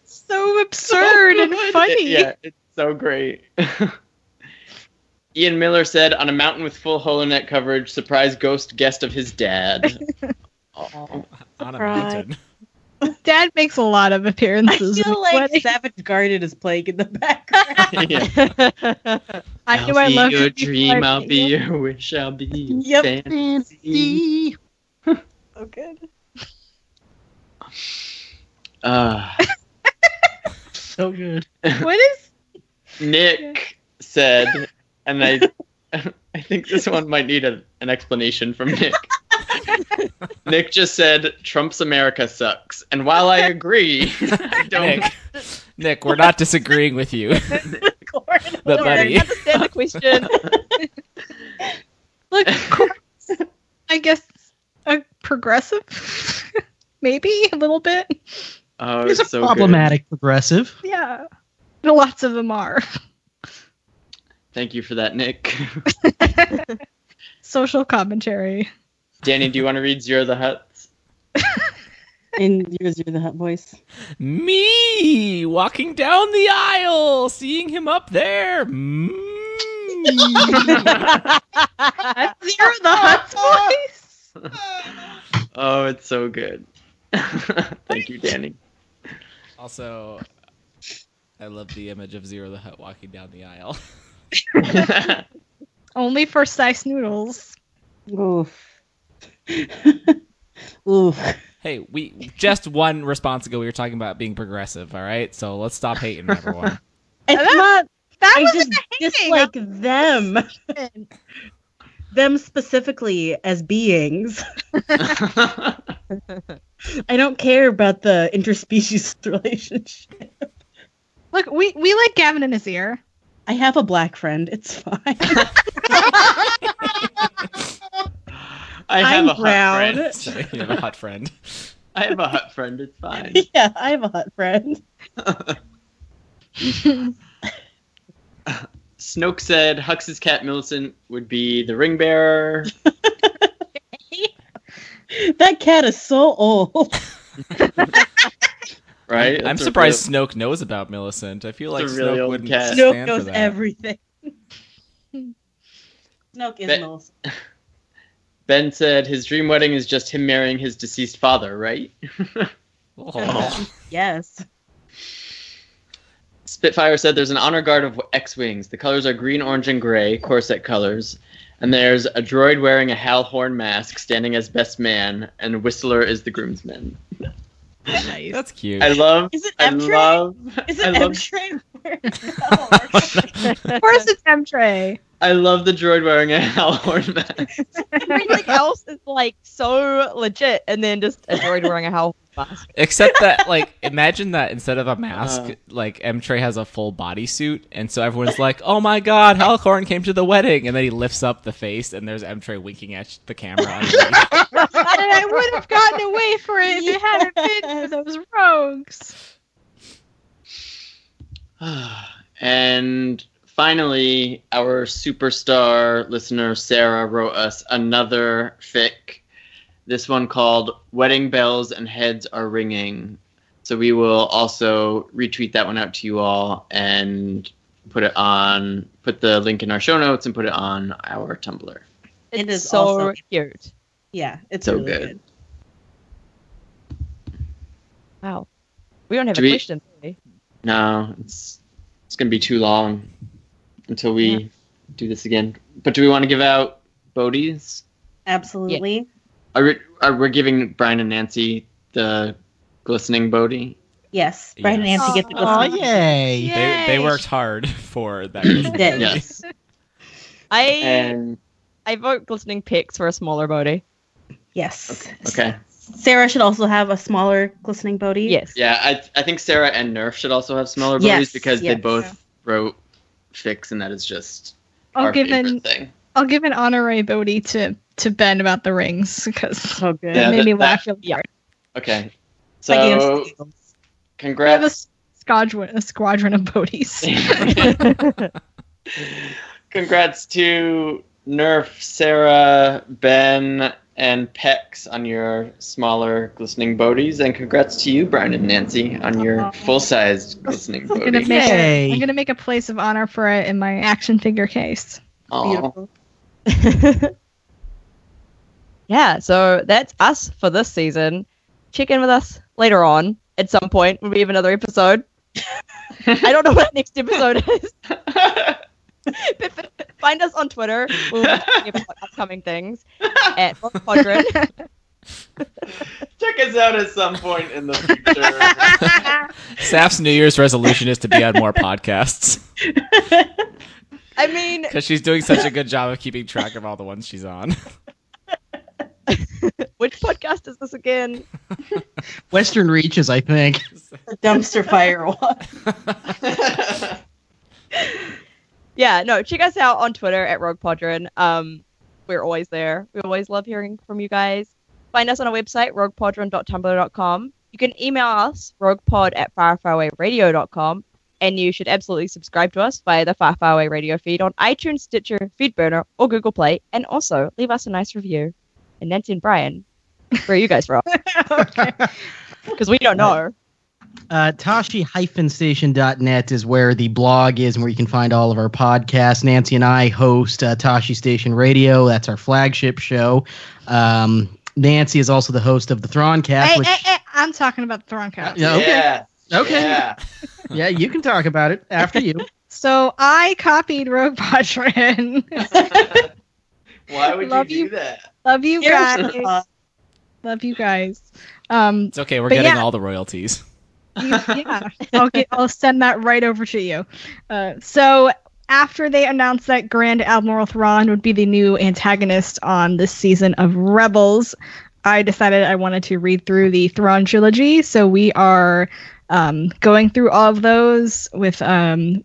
[SPEAKER 3] So absurd and funny.
[SPEAKER 2] Yeah, it's so great. Ian Miller said, "On a mountain with full holonet coverage, surprise ghost guest of his dad." oh,
[SPEAKER 6] On a
[SPEAKER 1] Surprise.
[SPEAKER 6] mountain.
[SPEAKER 3] Dad makes a lot of
[SPEAKER 1] I
[SPEAKER 3] appearances. in
[SPEAKER 1] feel
[SPEAKER 3] the
[SPEAKER 1] like
[SPEAKER 3] wedding.
[SPEAKER 1] Savage Garden is playing in the background.
[SPEAKER 2] yeah.
[SPEAKER 3] I knew I
[SPEAKER 2] be
[SPEAKER 3] loved
[SPEAKER 2] your
[SPEAKER 3] you before
[SPEAKER 2] dream.
[SPEAKER 3] I
[SPEAKER 2] I'll
[SPEAKER 3] met
[SPEAKER 2] be
[SPEAKER 3] you.
[SPEAKER 2] your wish. I'll be your
[SPEAKER 1] Yep.
[SPEAKER 2] fantasy.
[SPEAKER 1] so Oh, good.
[SPEAKER 2] Uh,
[SPEAKER 7] So good.
[SPEAKER 3] What is?
[SPEAKER 2] Nick said, and I, I think this one might need a, an explanation from Nick. Nick just said Trump's America sucks, and while I agree, I don't.
[SPEAKER 6] Nick, Nick, we're not disagreeing with you, but buddy,
[SPEAKER 4] Understand the question.
[SPEAKER 3] Look, Corey's, I guess a progressive, maybe a little bit.
[SPEAKER 2] Oh,
[SPEAKER 7] He's a
[SPEAKER 2] it's so good.
[SPEAKER 7] problematic progressive.
[SPEAKER 3] Yeah, lots of them are.
[SPEAKER 2] Thank you for that, Nick.
[SPEAKER 3] Social commentary.
[SPEAKER 2] Danny, do you want to read Zero the Huts?
[SPEAKER 1] In yours, you're the hot voice.
[SPEAKER 6] me walking down the aisle, seeing him up there. Mm.
[SPEAKER 3] Zero the Hutt's voice.
[SPEAKER 2] Oh, it's so good. Thank you, Danny.
[SPEAKER 6] also, I love the image of Zero the Hut walking down the aisle.
[SPEAKER 3] Only for size noodles.
[SPEAKER 1] Oof. Oof.
[SPEAKER 6] Hey, we just one response ago we were talking about being progressive, all right? So let's stop hating everyone.
[SPEAKER 1] It's
[SPEAKER 3] that-
[SPEAKER 1] not.
[SPEAKER 3] That
[SPEAKER 1] I
[SPEAKER 3] was
[SPEAKER 1] just dislike them, them specifically as beings. I don't care about the interspecies relationship.
[SPEAKER 3] Look, we we like Gavin and Azir.
[SPEAKER 1] I have a black friend. It's fine.
[SPEAKER 2] I have
[SPEAKER 1] I'm
[SPEAKER 2] a hot
[SPEAKER 1] brown.
[SPEAKER 2] friend.
[SPEAKER 6] Sorry, you have a hot friend.
[SPEAKER 2] I have a hot friend. It's fine.
[SPEAKER 1] yeah, I have a hot friend.
[SPEAKER 2] Snoke said Hux's cat Millicent would be the ring bearer.
[SPEAKER 1] That cat is so old.
[SPEAKER 2] Right?
[SPEAKER 6] I'm
[SPEAKER 2] That's a
[SPEAKER 6] surprised Snoke knows about Millicent. I feel like
[SPEAKER 2] It's a really
[SPEAKER 6] Snoke
[SPEAKER 2] old
[SPEAKER 6] wouldn't
[SPEAKER 2] cat.
[SPEAKER 6] stand
[SPEAKER 1] Snoke
[SPEAKER 6] for
[SPEAKER 1] knows
[SPEAKER 6] that.
[SPEAKER 1] everything. Snoke is
[SPEAKER 2] That-
[SPEAKER 1] Millicent.
[SPEAKER 2] real- Ben said his dream wedding is just him marrying his deceased father, right?
[SPEAKER 6] Oh.
[SPEAKER 1] Yes.
[SPEAKER 2] Spitfire said there's an honor guard of X Wings. The colors are green, orange, and gray, corset colors. And there's a droid wearing a Hal Horn mask standing as best man, and Whistler is the groomsman.
[SPEAKER 1] Nice.
[SPEAKER 6] That's cute.
[SPEAKER 2] I love.
[SPEAKER 1] Is it
[SPEAKER 2] I
[SPEAKER 1] M train?
[SPEAKER 2] love.
[SPEAKER 1] Is
[SPEAKER 2] I
[SPEAKER 1] it M Oh,
[SPEAKER 2] love-
[SPEAKER 1] train?
[SPEAKER 4] of
[SPEAKER 3] Of course, it's M Tray.
[SPEAKER 2] I love the droid wearing a Hal Horn mask.
[SPEAKER 4] everything else is like so legit, and then just a droid wearing a howl mask.
[SPEAKER 6] Except that, like, imagine that instead of a mask,
[SPEAKER 2] Uh.
[SPEAKER 6] like M Trey has a full bodysuit, and so everyone's like, "Oh my God, Halcorn came to the wedding," and then he lifts up the face, and there's M Trey winking at the camera. underneath.
[SPEAKER 3] and I would have gotten away for it if it hadn't been for those rogues.
[SPEAKER 2] and finally, our superstar listener Sarah wrote us another fic. This one called "Wedding Bells and Heads Are Ringing." So we will also retweet that one out to you all and put it on, put the link in our show notes and put it on our Tumblr.
[SPEAKER 4] It's
[SPEAKER 1] It is
[SPEAKER 4] so
[SPEAKER 1] also-
[SPEAKER 4] cute.
[SPEAKER 1] yeah, it's
[SPEAKER 2] So
[SPEAKER 1] really
[SPEAKER 2] good.
[SPEAKER 1] good.
[SPEAKER 4] Wow, we don't have
[SPEAKER 2] Do
[SPEAKER 4] a
[SPEAKER 2] we-
[SPEAKER 4] question. today.
[SPEAKER 2] No, it's it's gonna be too long until we do this again. But do we want to give out Bodhi's?
[SPEAKER 1] Absolutely.
[SPEAKER 2] Are we, are we giving Brian and Nancy the glistening Bodhi?
[SPEAKER 1] Yes. Brian
[SPEAKER 6] Yes.
[SPEAKER 1] and Nancy get the
[SPEAKER 7] Oh
[SPEAKER 1] glistening.
[SPEAKER 7] yay!
[SPEAKER 6] they, they
[SPEAKER 3] Yay.
[SPEAKER 6] worked hard for that. Christmas
[SPEAKER 1] Yes.
[SPEAKER 2] Yes.
[SPEAKER 6] movie.
[SPEAKER 4] I
[SPEAKER 2] And
[SPEAKER 4] I vote glistening pics for a smaller body.
[SPEAKER 1] Yes.
[SPEAKER 2] okay,
[SPEAKER 1] Sarah should also have a smaller glistening Bodhi.
[SPEAKER 4] Yes.
[SPEAKER 2] yeah, I I think Sarah and Nerf should also have smaller Bodhi's
[SPEAKER 1] Yes,
[SPEAKER 2] because
[SPEAKER 1] yes.
[SPEAKER 2] they both wrote fix, and that is just
[SPEAKER 3] I'll
[SPEAKER 2] our
[SPEAKER 3] give
[SPEAKER 2] favorite
[SPEAKER 3] an
[SPEAKER 2] thing.
[SPEAKER 3] I'll give an honorary Bodhi to to Ben about the rings because
[SPEAKER 1] So good.
[SPEAKER 2] Yeah,
[SPEAKER 3] that made me
[SPEAKER 2] that-
[SPEAKER 3] laugh really hard.
[SPEAKER 2] Okay,
[SPEAKER 1] Like, you know,
[SPEAKER 2] so
[SPEAKER 1] Skittles.
[SPEAKER 3] We have a
[SPEAKER 2] congrats.
[SPEAKER 3] s- squadron a squadron of Bodhis.
[SPEAKER 2] Congrats to Nerf, Sarah, Ben, and Pex on your smaller glistening bodies, and congrats to you, Brian and Nancy, on your full-sized glistening
[SPEAKER 3] I'm gonna
[SPEAKER 2] bodies.
[SPEAKER 3] make a,
[SPEAKER 7] Yay.
[SPEAKER 3] I'm gonna make a place of honor for it in my action figure case.
[SPEAKER 2] Aw.
[SPEAKER 1] Beautiful.
[SPEAKER 4] Yeah, so that's us for this season. Check in with us later on at some point when we have another episode. I don't know what next episode is, but f- find us on Twitter. We'll be talking about upcoming things at Rock Quadrant.
[SPEAKER 2] Check us out at some point in the future.
[SPEAKER 6] Saf's New Year's resolution is to be on more podcasts
[SPEAKER 4] I mean,
[SPEAKER 6] because she's doing such a good job of keeping track of all the ones she's on.
[SPEAKER 4] which podcast is this again?
[SPEAKER 7] Western Reaches, I think.
[SPEAKER 1] A dumpster fire. walk.
[SPEAKER 4] Yeah, no, check us out on Twitter at Rogue Podron. Um, we're always there. We always love hearing from you guys. Find us on our website, roguepodron.tumblr.com. You can email us, roguepod at farfarawayradio.com, and you should absolutely subscribe to us via the Far Far Away Radio feed on iTunes, Stitcher, Feedburner, or Google Play, and also leave us a nice review. And Nancy and Brian, where are you guys from? Because we don't know.
[SPEAKER 7] Uh, Tashi-station.net is where the blog is and where you can find all of our podcasts. Nancy and I host uh, Tashi Station Radio. That's our flagship show. Um, Nancy is also the host of the Throncast.
[SPEAKER 3] Hey,
[SPEAKER 7] which,
[SPEAKER 3] hey, hey, I'm talking about the Throncast.
[SPEAKER 7] Yeah, okay.
[SPEAKER 8] Yeah.
[SPEAKER 7] Okay.
[SPEAKER 8] Yeah.
[SPEAKER 7] yeah, you can talk about it after you.
[SPEAKER 3] So I copied Rogue Podron.
[SPEAKER 8] Why would
[SPEAKER 3] Love
[SPEAKER 8] you
[SPEAKER 3] you.
[SPEAKER 8] do that?
[SPEAKER 3] Love you
[SPEAKER 1] Here's
[SPEAKER 3] guys.
[SPEAKER 1] the thought.
[SPEAKER 3] Love you guys. Um,
[SPEAKER 6] It's okay, we're
[SPEAKER 3] But
[SPEAKER 6] getting
[SPEAKER 3] yeah.
[SPEAKER 6] all the royalties.
[SPEAKER 3] you- yeah, I'll, get, I'll send that right over to you. Uh, so after they announced that Grand Admiral Thrawn would be the new antagonist on this season of Rebels, I decided I wanted to read through the Thrawn trilogy. So we are um, going through all of those with. Um,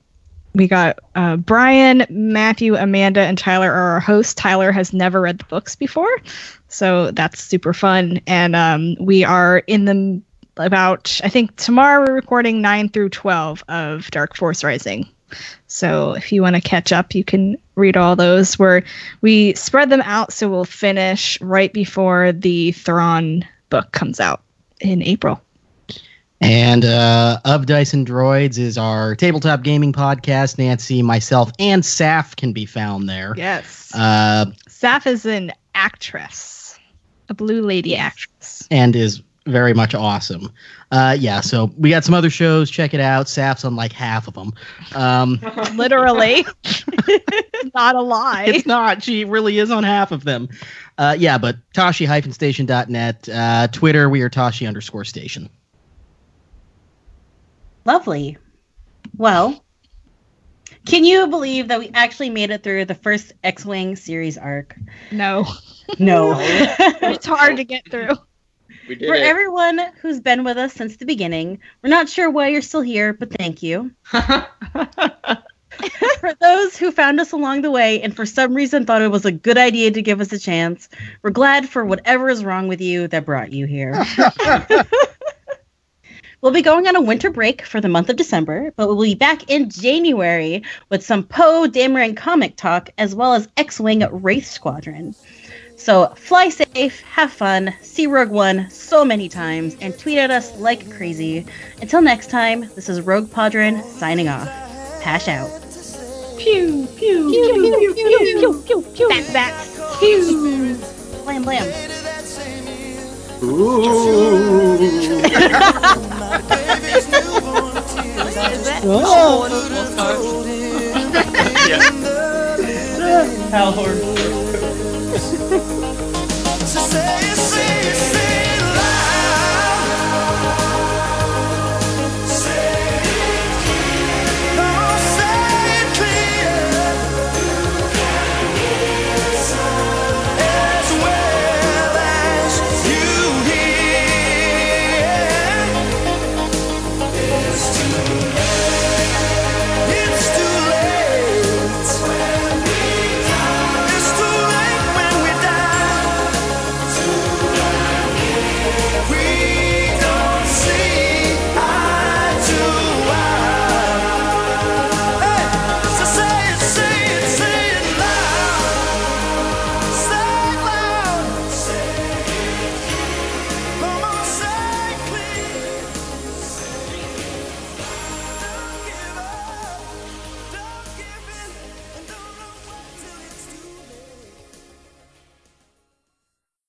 [SPEAKER 3] we got uh, Brian, Matthew, Amanda, and Tyler are our hosts. Tyler has never read the books before, so that's super fun. And um, we are in the about I think tomorrow we're recording nine through twelve of Dark Force Rising. So if you want to catch up, you can read all those. Where we spread them out, so we'll finish right before the Thrawn book comes out in April.
[SPEAKER 7] And uh, of Dice and Droids is our tabletop gaming podcast. Nancy, myself, and Saf can be found there.
[SPEAKER 3] Yes,
[SPEAKER 7] Uh,
[SPEAKER 3] Saf is an actress, a blue lady actress.
[SPEAKER 7] and is very much awesome. Uh, yeah, so we got some other shows. Check it out. Sap's on like half of them. Um,
[SPEAKER 3] Literally, It's not a lie.
[SPEAKER 7] it's not. She really is on half of them. Uh, yeah, but Tashi-station.net. Uh, Twitter, we are Tashi underscore station.
[SPEAKER 1] Lovely. Well, can you believe that we actually made it through the first X Wing series arc?
[SPEAKER 3] No,
[SPEAKER 1] No.
[SPEAKER 3] it's hard to get through.
[SPEAKER 2] we did
[SPEAKER 1] For
[SPEAKER 2] it.
[SPEAKER 1] everyone who's been with us since the beginning, we're not sure why you're still here, but thank you. for those who found us along the way and for some reason thought it was a good idea to give us a chance, we're glad for whatever is wrong with you that brought you here. we'll be going on a winter break for the month of December, but we'll be back in January with some Poe Dameron comic talk as well as X Wing Wraith Squadron. So fly safe, have fun, see Rogue One so many times, and tweet at us like crazy. Until next time, this is Rogue Podrin signing off. Pash out.
[SPEAKER 3] That's that.
[SPEAKER 1] Blam blam.
[SPEAKER 9] So say it's